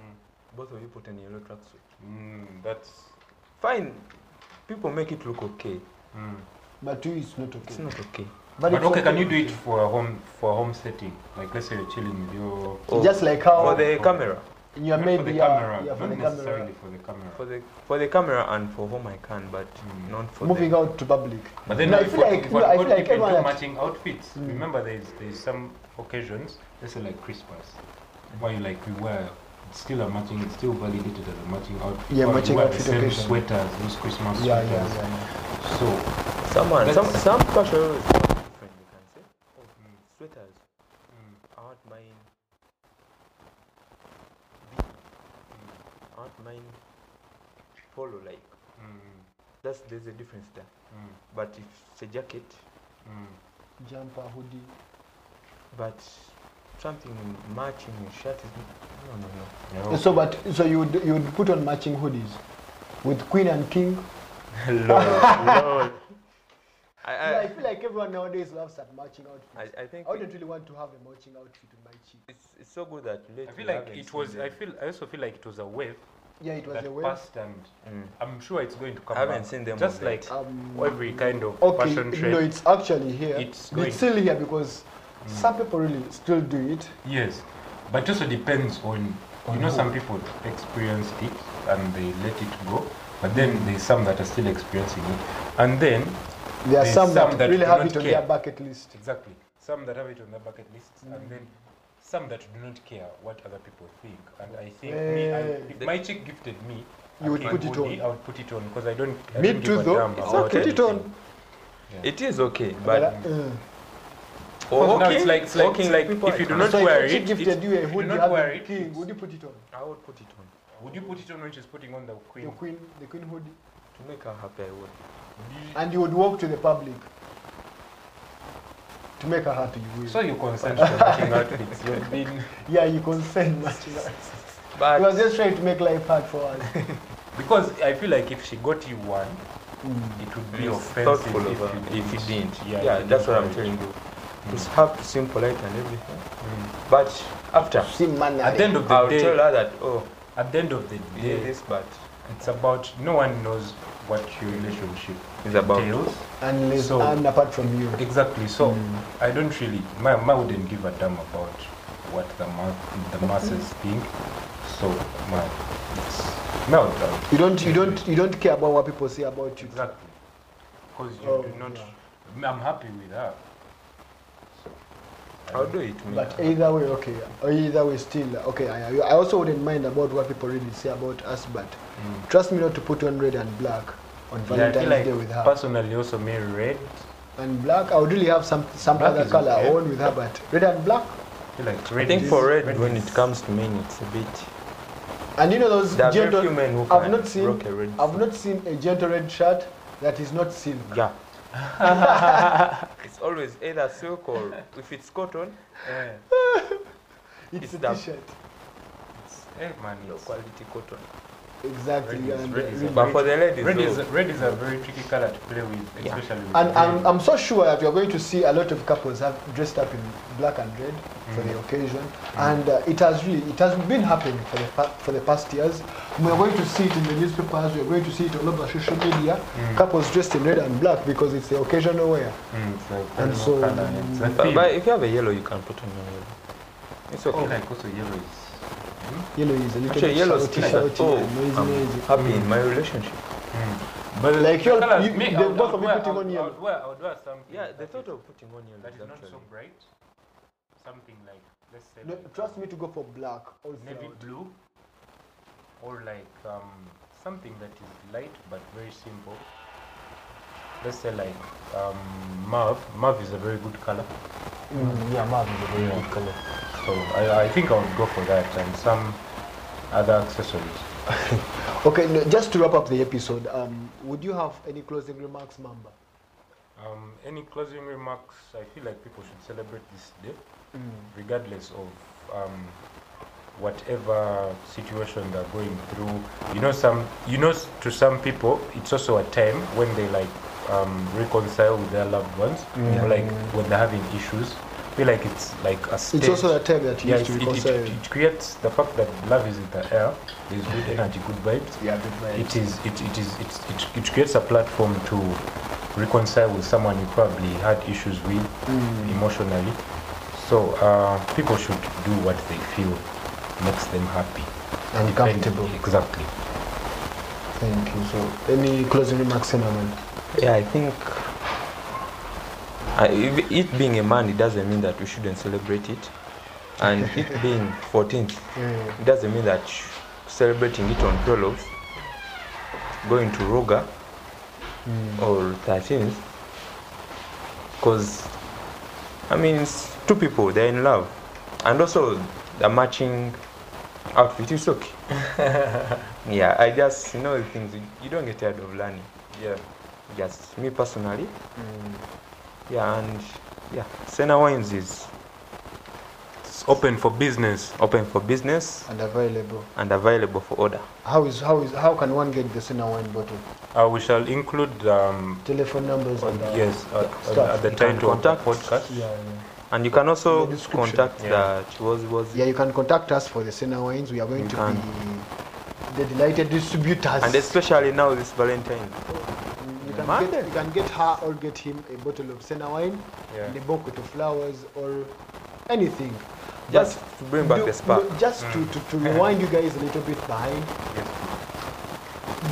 S4: Both of you put on yellow tracksuit.
S3: Mm, that's.
S4: Fine, people make it look okay.
S3: Mm.
S2: But to you, it's not okay.
S4: It's not okay.
S2: But,
S3: But
S2: it's
S3: okay, can
S2: okay.
S3: you do it for a home for a home setting? Like let's say you're chilling with your
S4: Oh.
S2: Just like how
S4: for the camera
S2: in your
S3: not
S2: maybe
S3: for the
S2: yeah,
S3: camera,
S2: yeah, for
S3: not
S2: the
S3: necessarily
S2: camera.
S3: for the camera.
S4: for the for the camera and for home I can, but
S3: Mm.
S4: not for
S2: Moving
S4: the,
S2: out to public.
S3: But then
S2: No, I
S3: if
S2: feel
S3: what-
S2: like-
S3: if
S2: no,
S3: what
S2: I
S3: what
S2: feel like
S3: people do
S2: everyone Mm. has-
S3: matching outfits. Remember, there's there's some occasions, let's say like Christmas, where you like we wear. It's still a matching. It's still validated as a matching outfit.
S2: Yeah,
S3: or you
S2: matching
S3: wear
S2: outfit
S3: The same
S2: occasion.
S3: sweaters, those Christmas
S2: Yeah, yeah,
S3: sweaters.
S2: yeah.
S3: So mm,
S4: someone some
S3: Let's-
S4: some fashion is different you can say. Sweaters. I want mine big. I want mine polo like.
S3: mm,
S4: That's there's a difference there. But if it's a jacket
S3: mm,
S2: Jumper, hoodie.
S4: but something matching with shirt is no no no.
S3: Yeah.
S2: So, but so you would you would put on matching hoodies with queen and
S3: Uh,
S2: king.
S4: Lol, lol. I,
S2: Yeah, I
S4: I,
S2: feel like everyone nowadays loves that matching outfit.
S4: I, I think
S2: I wouldn't really want to have a matching outfit in my cheek.
S4: it's, it's so good that lately
S3: I feel
S4: we
S3: like
S4: haven't
S3: it
S4: seen
S3: was. I
S4: them.
S3: feel. I also feel like it was a wave
S2: Yeah, it was
S3: that
S2: a wave.
S3: passed, and
S4: Mm.
S3: I'm sure it's going to come
S4: I haven't
S3: back.
S4: seen them on
S3: Just
S4: the-
S3: like
S2: Um,
S3: every kind of
S2: okay,
S3: fashion trend.
S2: no, it's actually here.
S3: It's
S2: It's,
S3: going- Mm.
S2: still here because some people really still do it.
S3: Yes, but also depends on,
S2: On
S3: you know
S2: who?
S3: some people experienced it and they let it go, but then there's some that are still experiencing it, and then
S2: There are
S3: There's
S2: some,
S3: some
S2: that,
S3: that
S2: really
S3: do
S2: have
S3: not
S2: it on
S3: care.
S2: their bucket list.
S3: exactly some that have it on their bucket lists,
S2: Mm.
S3: and then some that do not care what other people think. And I think me, I,
S2: Eh.
S3: if my chick gifted me,
S2: You would put it on.
S3: I would put it on because I don't. I
S2: Me
S3: don't give
S2: too,
S3: a
S2: though.
S3: damn
S2: It's
S3: about
S2: okay. Put it
S3: anything.
S2: on.
S4: It is okay,
S2: But,
S4: but
S2: uh,
S3: Because
S4: walking,
S3: now it's like, it's like,
S4: walking
S3: it's
S4: like
S3: like
S4: people.
S3: if you do
S4: I
S3: not
S2: so
S3: wear
S2: if
S3: it,
S2: she gifted
S3: it's-
S2: you a
S3: if you
S2: hoodie
S3: do
S2: having
S3: not wear it,
S2: king, would
S3: it's-
S2: you put it on?
S4: can't. I would put it on
S3: would you put it on when she's putting on the
S2: The
S3: queen?
S2: queen, the queen hoodie,
S4: to make her happy. I would.
S3: Would you-
S2: and you would walk to the public to make her happy. You will.
S3: So you consent to matching outfits. You've been
S2: yeah, you consent matching. outfit.
S4: But
S2: He was just trying to make life hard for us.
S3: because I feel like if she got you one,
S2: Hmm.
S3: it would be
S4: it's
S3: offensive
S4: thoughtful of
S3: if,
S4: her
S3: you
S4: if you didn't. Yeah,
S3: Yeah, you
S4: that's what I'm
S3: didn't do it.
S4: telling you. It's hard to seem polite and everything, but after
S3: Mm. At the end of the
S4: I'll
S3: day,
S4: tell her that oh,
S3: at the end of the
S4: you
S3: day,
S4: did this, but
S3: it's about no one knows what your relationship
S4: It's about-
S3: entails.
S2: Unless,
S3: So-
S2: and apart from you. Hmm.
S3: Exactly. So
S4: Mm.
S3: I don't really, my, my wouldn't give a damn about what the ma- the masses think. So my, it's, no, no,
S2: You don't, you don't, you don't care about what people say about you.
S3: exactly. Because you
S2: Oh,
S3: do not.
S2: yeah.
S3: I'm happy with her. So, I
S4: I'll
S3: don't-
S4: do it. Me.
S2: But either way, okay. Either way, still okay. I, I also wouldn't mind about what people really say about us, but
S3: Mm.
S2: trust me not to put on red and black on
S3: Yeah, I
S2: Valentine's
S3: feel like
S2: Day with her.
S3: personally also me red.
S2: and black, I would really have some some
S3: Black
S2: other
S3: is
S2: color
S3: okay.
S2: on with her, but red and black.
S3: I feel like
S4: I
S3: red.
S4: think
S3: is-
S4: for red, when
S3: is-
S4: it comes to men, it's a bit.
S2: And you know those
S4: There are very few
S2: gentle.
S4: men who
S2: I've
S4: can
S2: not seen.
S4: rock a red.
S2: I've not seen a gentle red shirt that is not silk.
S4: Yeah. it's always either silk or if it's cotton,
S3: Eh,
S2: It's,
S4: It's
S2: a
S4: the-
S2: t-shirt.
S3: it's- eh, man,
S4: low
S3: it's-
S4: quality cotton.
S2: Exactly.
S3: Red is-
S2: and,
S3: red
S2: uh,
S3: is
S2: red-
S3: a-
S4: But for the ladies,
S3: red is
S4: though,
S3: red is a very tricky color to play with,
S4: Yeah.
S3: especially. With
S2: and I'm,
S3: women.
S2: I'm so sure that you're going to see a lot of couples have dressed up in black and red
S3: Mm,
S2: for the occasion, and uh, it has really it has been happening for the pa- for the past years. We're going to see it in the newspapers. We're going to see it all over social media. Couples dressed in red and black because it's the occasional wear.
S3: Mm, it's like
S2: And
S3: yellow
S2: so- mm,
S3: color, it's a
S4: But,
S3: theme.
S4: but if you have a yellow, you can put on your yellow. It's
S3: I feel
S4: okay.
S3: like also yellow is.
S2: Yellow is a little
S4: Actually,
S2: bit
S4: yellow
S2: shouty,
S4: still like,
S2: shouty,
S4: oh,
S2: and noisy, noisy.
S4: I'm happy in my relationship. Mm.
S3: But
S2: Mm. Like you're-
S3: colours,
S2: you-
S3: me,
S2: the
S3: I would-
S2: both
S3: I would
S2: of you
S3: wear-
S2: putting
S3: I would-
S2: on
S3: I
S2: yellow.
S3: would wear- I would wear something
S4: Yeah, the
S3: that
S4: thought
S3: is-
S4: of putting on yellow
S3: that
S4: is
S3: is not
S4: actually.
S3: so bright. Something like let's say.
S2: No,
S3: like
S2: trust me to go for black. Also.
S3: Navy blue, or like um, something that is light but very simple. Let's say like um, mauve. Mauve is a very good color.
S2: Mm, yeah, mauve is a very good color.
S3: So I, I think I would go for that and some other accessories.
S2: Okay, no, just to wrap up the episode, um, would you have any closing remarks, Mamba?
S3: Um, any closing remarks? I feel like people should celebrate this day, regardless of um, whatever situation they're going through. You know, some you know, s- to some people, it's also a time when they like um, reconcile with their loved ones, or like when they're having issues. I feel like it's like a stage.
S2: Mm. It's also a time that you
S3: yeah,
S2: used to
S3: it's- it, it,
S2: reconcile.
S3: it, it creates the fact that love is in the air. There's good energy, good vibes
S2: yeah, the
S3: it is it, it is it, it, it creates a platform to reconcile with someone you probably had issues with emotionally. So uh, people should do what they feel makes them happy.
S2: and
S3: Depend-
S2: comfortable.
S3: Exactly.
S2: Thank you. So, any closing remarks, Cinnamon?
S4: Yeah, I think I, it it being a man, it doesn't mean that we shouldn't celebrate it. And it being 14th,
S2: Yeah.
S4: it doesn't mean that sh- celebrating it on 12th, going to Roga or 13th, because, I mean, it's two people, they're in love. And also, the matching outfit is okay. yeah, I just, you know, things you- you don't get tired of learning.
S3: Yeah.
S4: Just me personally,
S2: Mm.
S4: yeah, and yeah, Sena Wines is
S3: It's open for business.
S4: open for business
S2: And available.
S4: and available for order.
S2: How is how is how can one get the Sina wine bottle?
S3: Uh, we shall include um,
S2: Telephone numbers.
S3: on,
S2: and, uh,
S3: yes uh,
S2: stuff.
S3: uh, at the
S4: You can
S3: title of the
S4: contact-
S3: podcast.
S2: Yeah, yeah.
S4: And you can also
S2: In the description.
S4: contact
S3: Yeah.
S4: the was was
S2: Yeah, you can contact us for the Sina wines. We are going
S4: You
S2: to
S4: can.
S2: be the delighted distributors.
S4: and especially now this Valentine.
S2: you can
S4: Monday.
S2: get you can get her or get him a bottle of Sena wine,
S3: Yeah.
S2: and a bucket of flowers or anything.
S4: Just
S2: But
S4: to bring back
S2: do-
S4: the spark. Mm.
S2: do- Just to, to, to rewind you guys a little bit behind.
S3: Yes.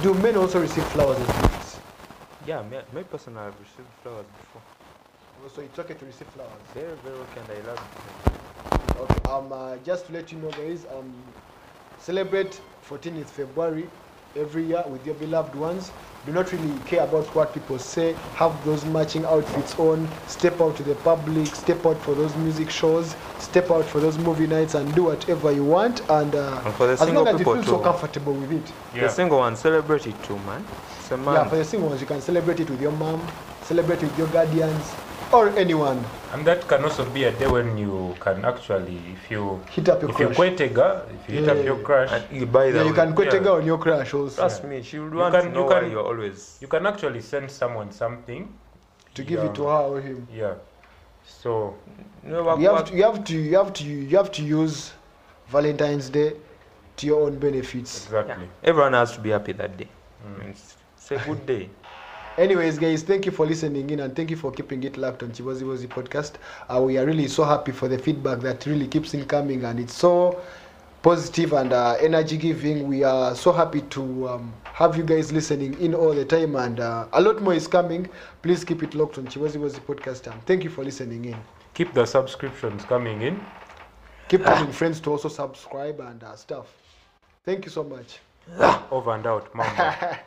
S2: Do men also receive flowers as gifts?
S4: Yeah, me, me personally I've received flowers before.
S2: So it's okay to receive flowers.
S4: Very, very okay and I love it.
S2: Okay, um, uh, just to let you know, guys, um, celebrate 14th February every year with your beloved ones. Do not really care about what people say. Have those matching outfits on. Step out to the public. Step out for those music shows. Step out for those movie nights and do whatever you want. And, uh,
S4: And for the
S2: as
S4: single
S2: long as you
S4: people
S2: feel so
S4: too.
S2: comfortable with it.
S4: The single one, celebrate it too, man. It's a
S2: Yeah, for
S4: man.
S2: the single ones, you can celebrate it with your mom, celebrate with your guardians, or anyone.
S3: And that can also be a day when you can actually, if you
S2: Hit up your
S3: if you
S2: crush.
S3: quite a girl, if you hit up your
S2: Yeah.
S3: crush,
S4: and you buy
S2: Yeah,
S4: that.
S2: you can go
S3: yeah.
S2: take on your crush also
S4: Trust me, she would
S3: You
S4: want
S3: can-
S4: to
S3: you
S4: know why
S3: can-
S4: you're always
S3: you can actually send someone something.
S2: to give
S3: yeah.
S2: it to her or him.
S3: Yeah. So
S4: you know, work,
S2: you have
S4: work-
S2: to you have to you have to you have to use valentine's day to your own benefits
S4: yeah.
S3: exactly.
S4: Everyone has to be happy that day. It's, it's a good day.
S2: anyways guys thank you for listening in and thank you for keeping it locked on chibozibozi podcast uh, we are really so happy for the feedback that really keeps incoming and it's so positive and uh, energy giving we are so happy to um, have you guys listening in all the time and uh, a lot more is coming please keep it locked on chibozibozi podcast and thank you for listening in
S3: Keep the subscriptions coming in.
S2: keep telling friends to also subscribe and uh, stuff thank you so much
S3: Over and out, Mamba.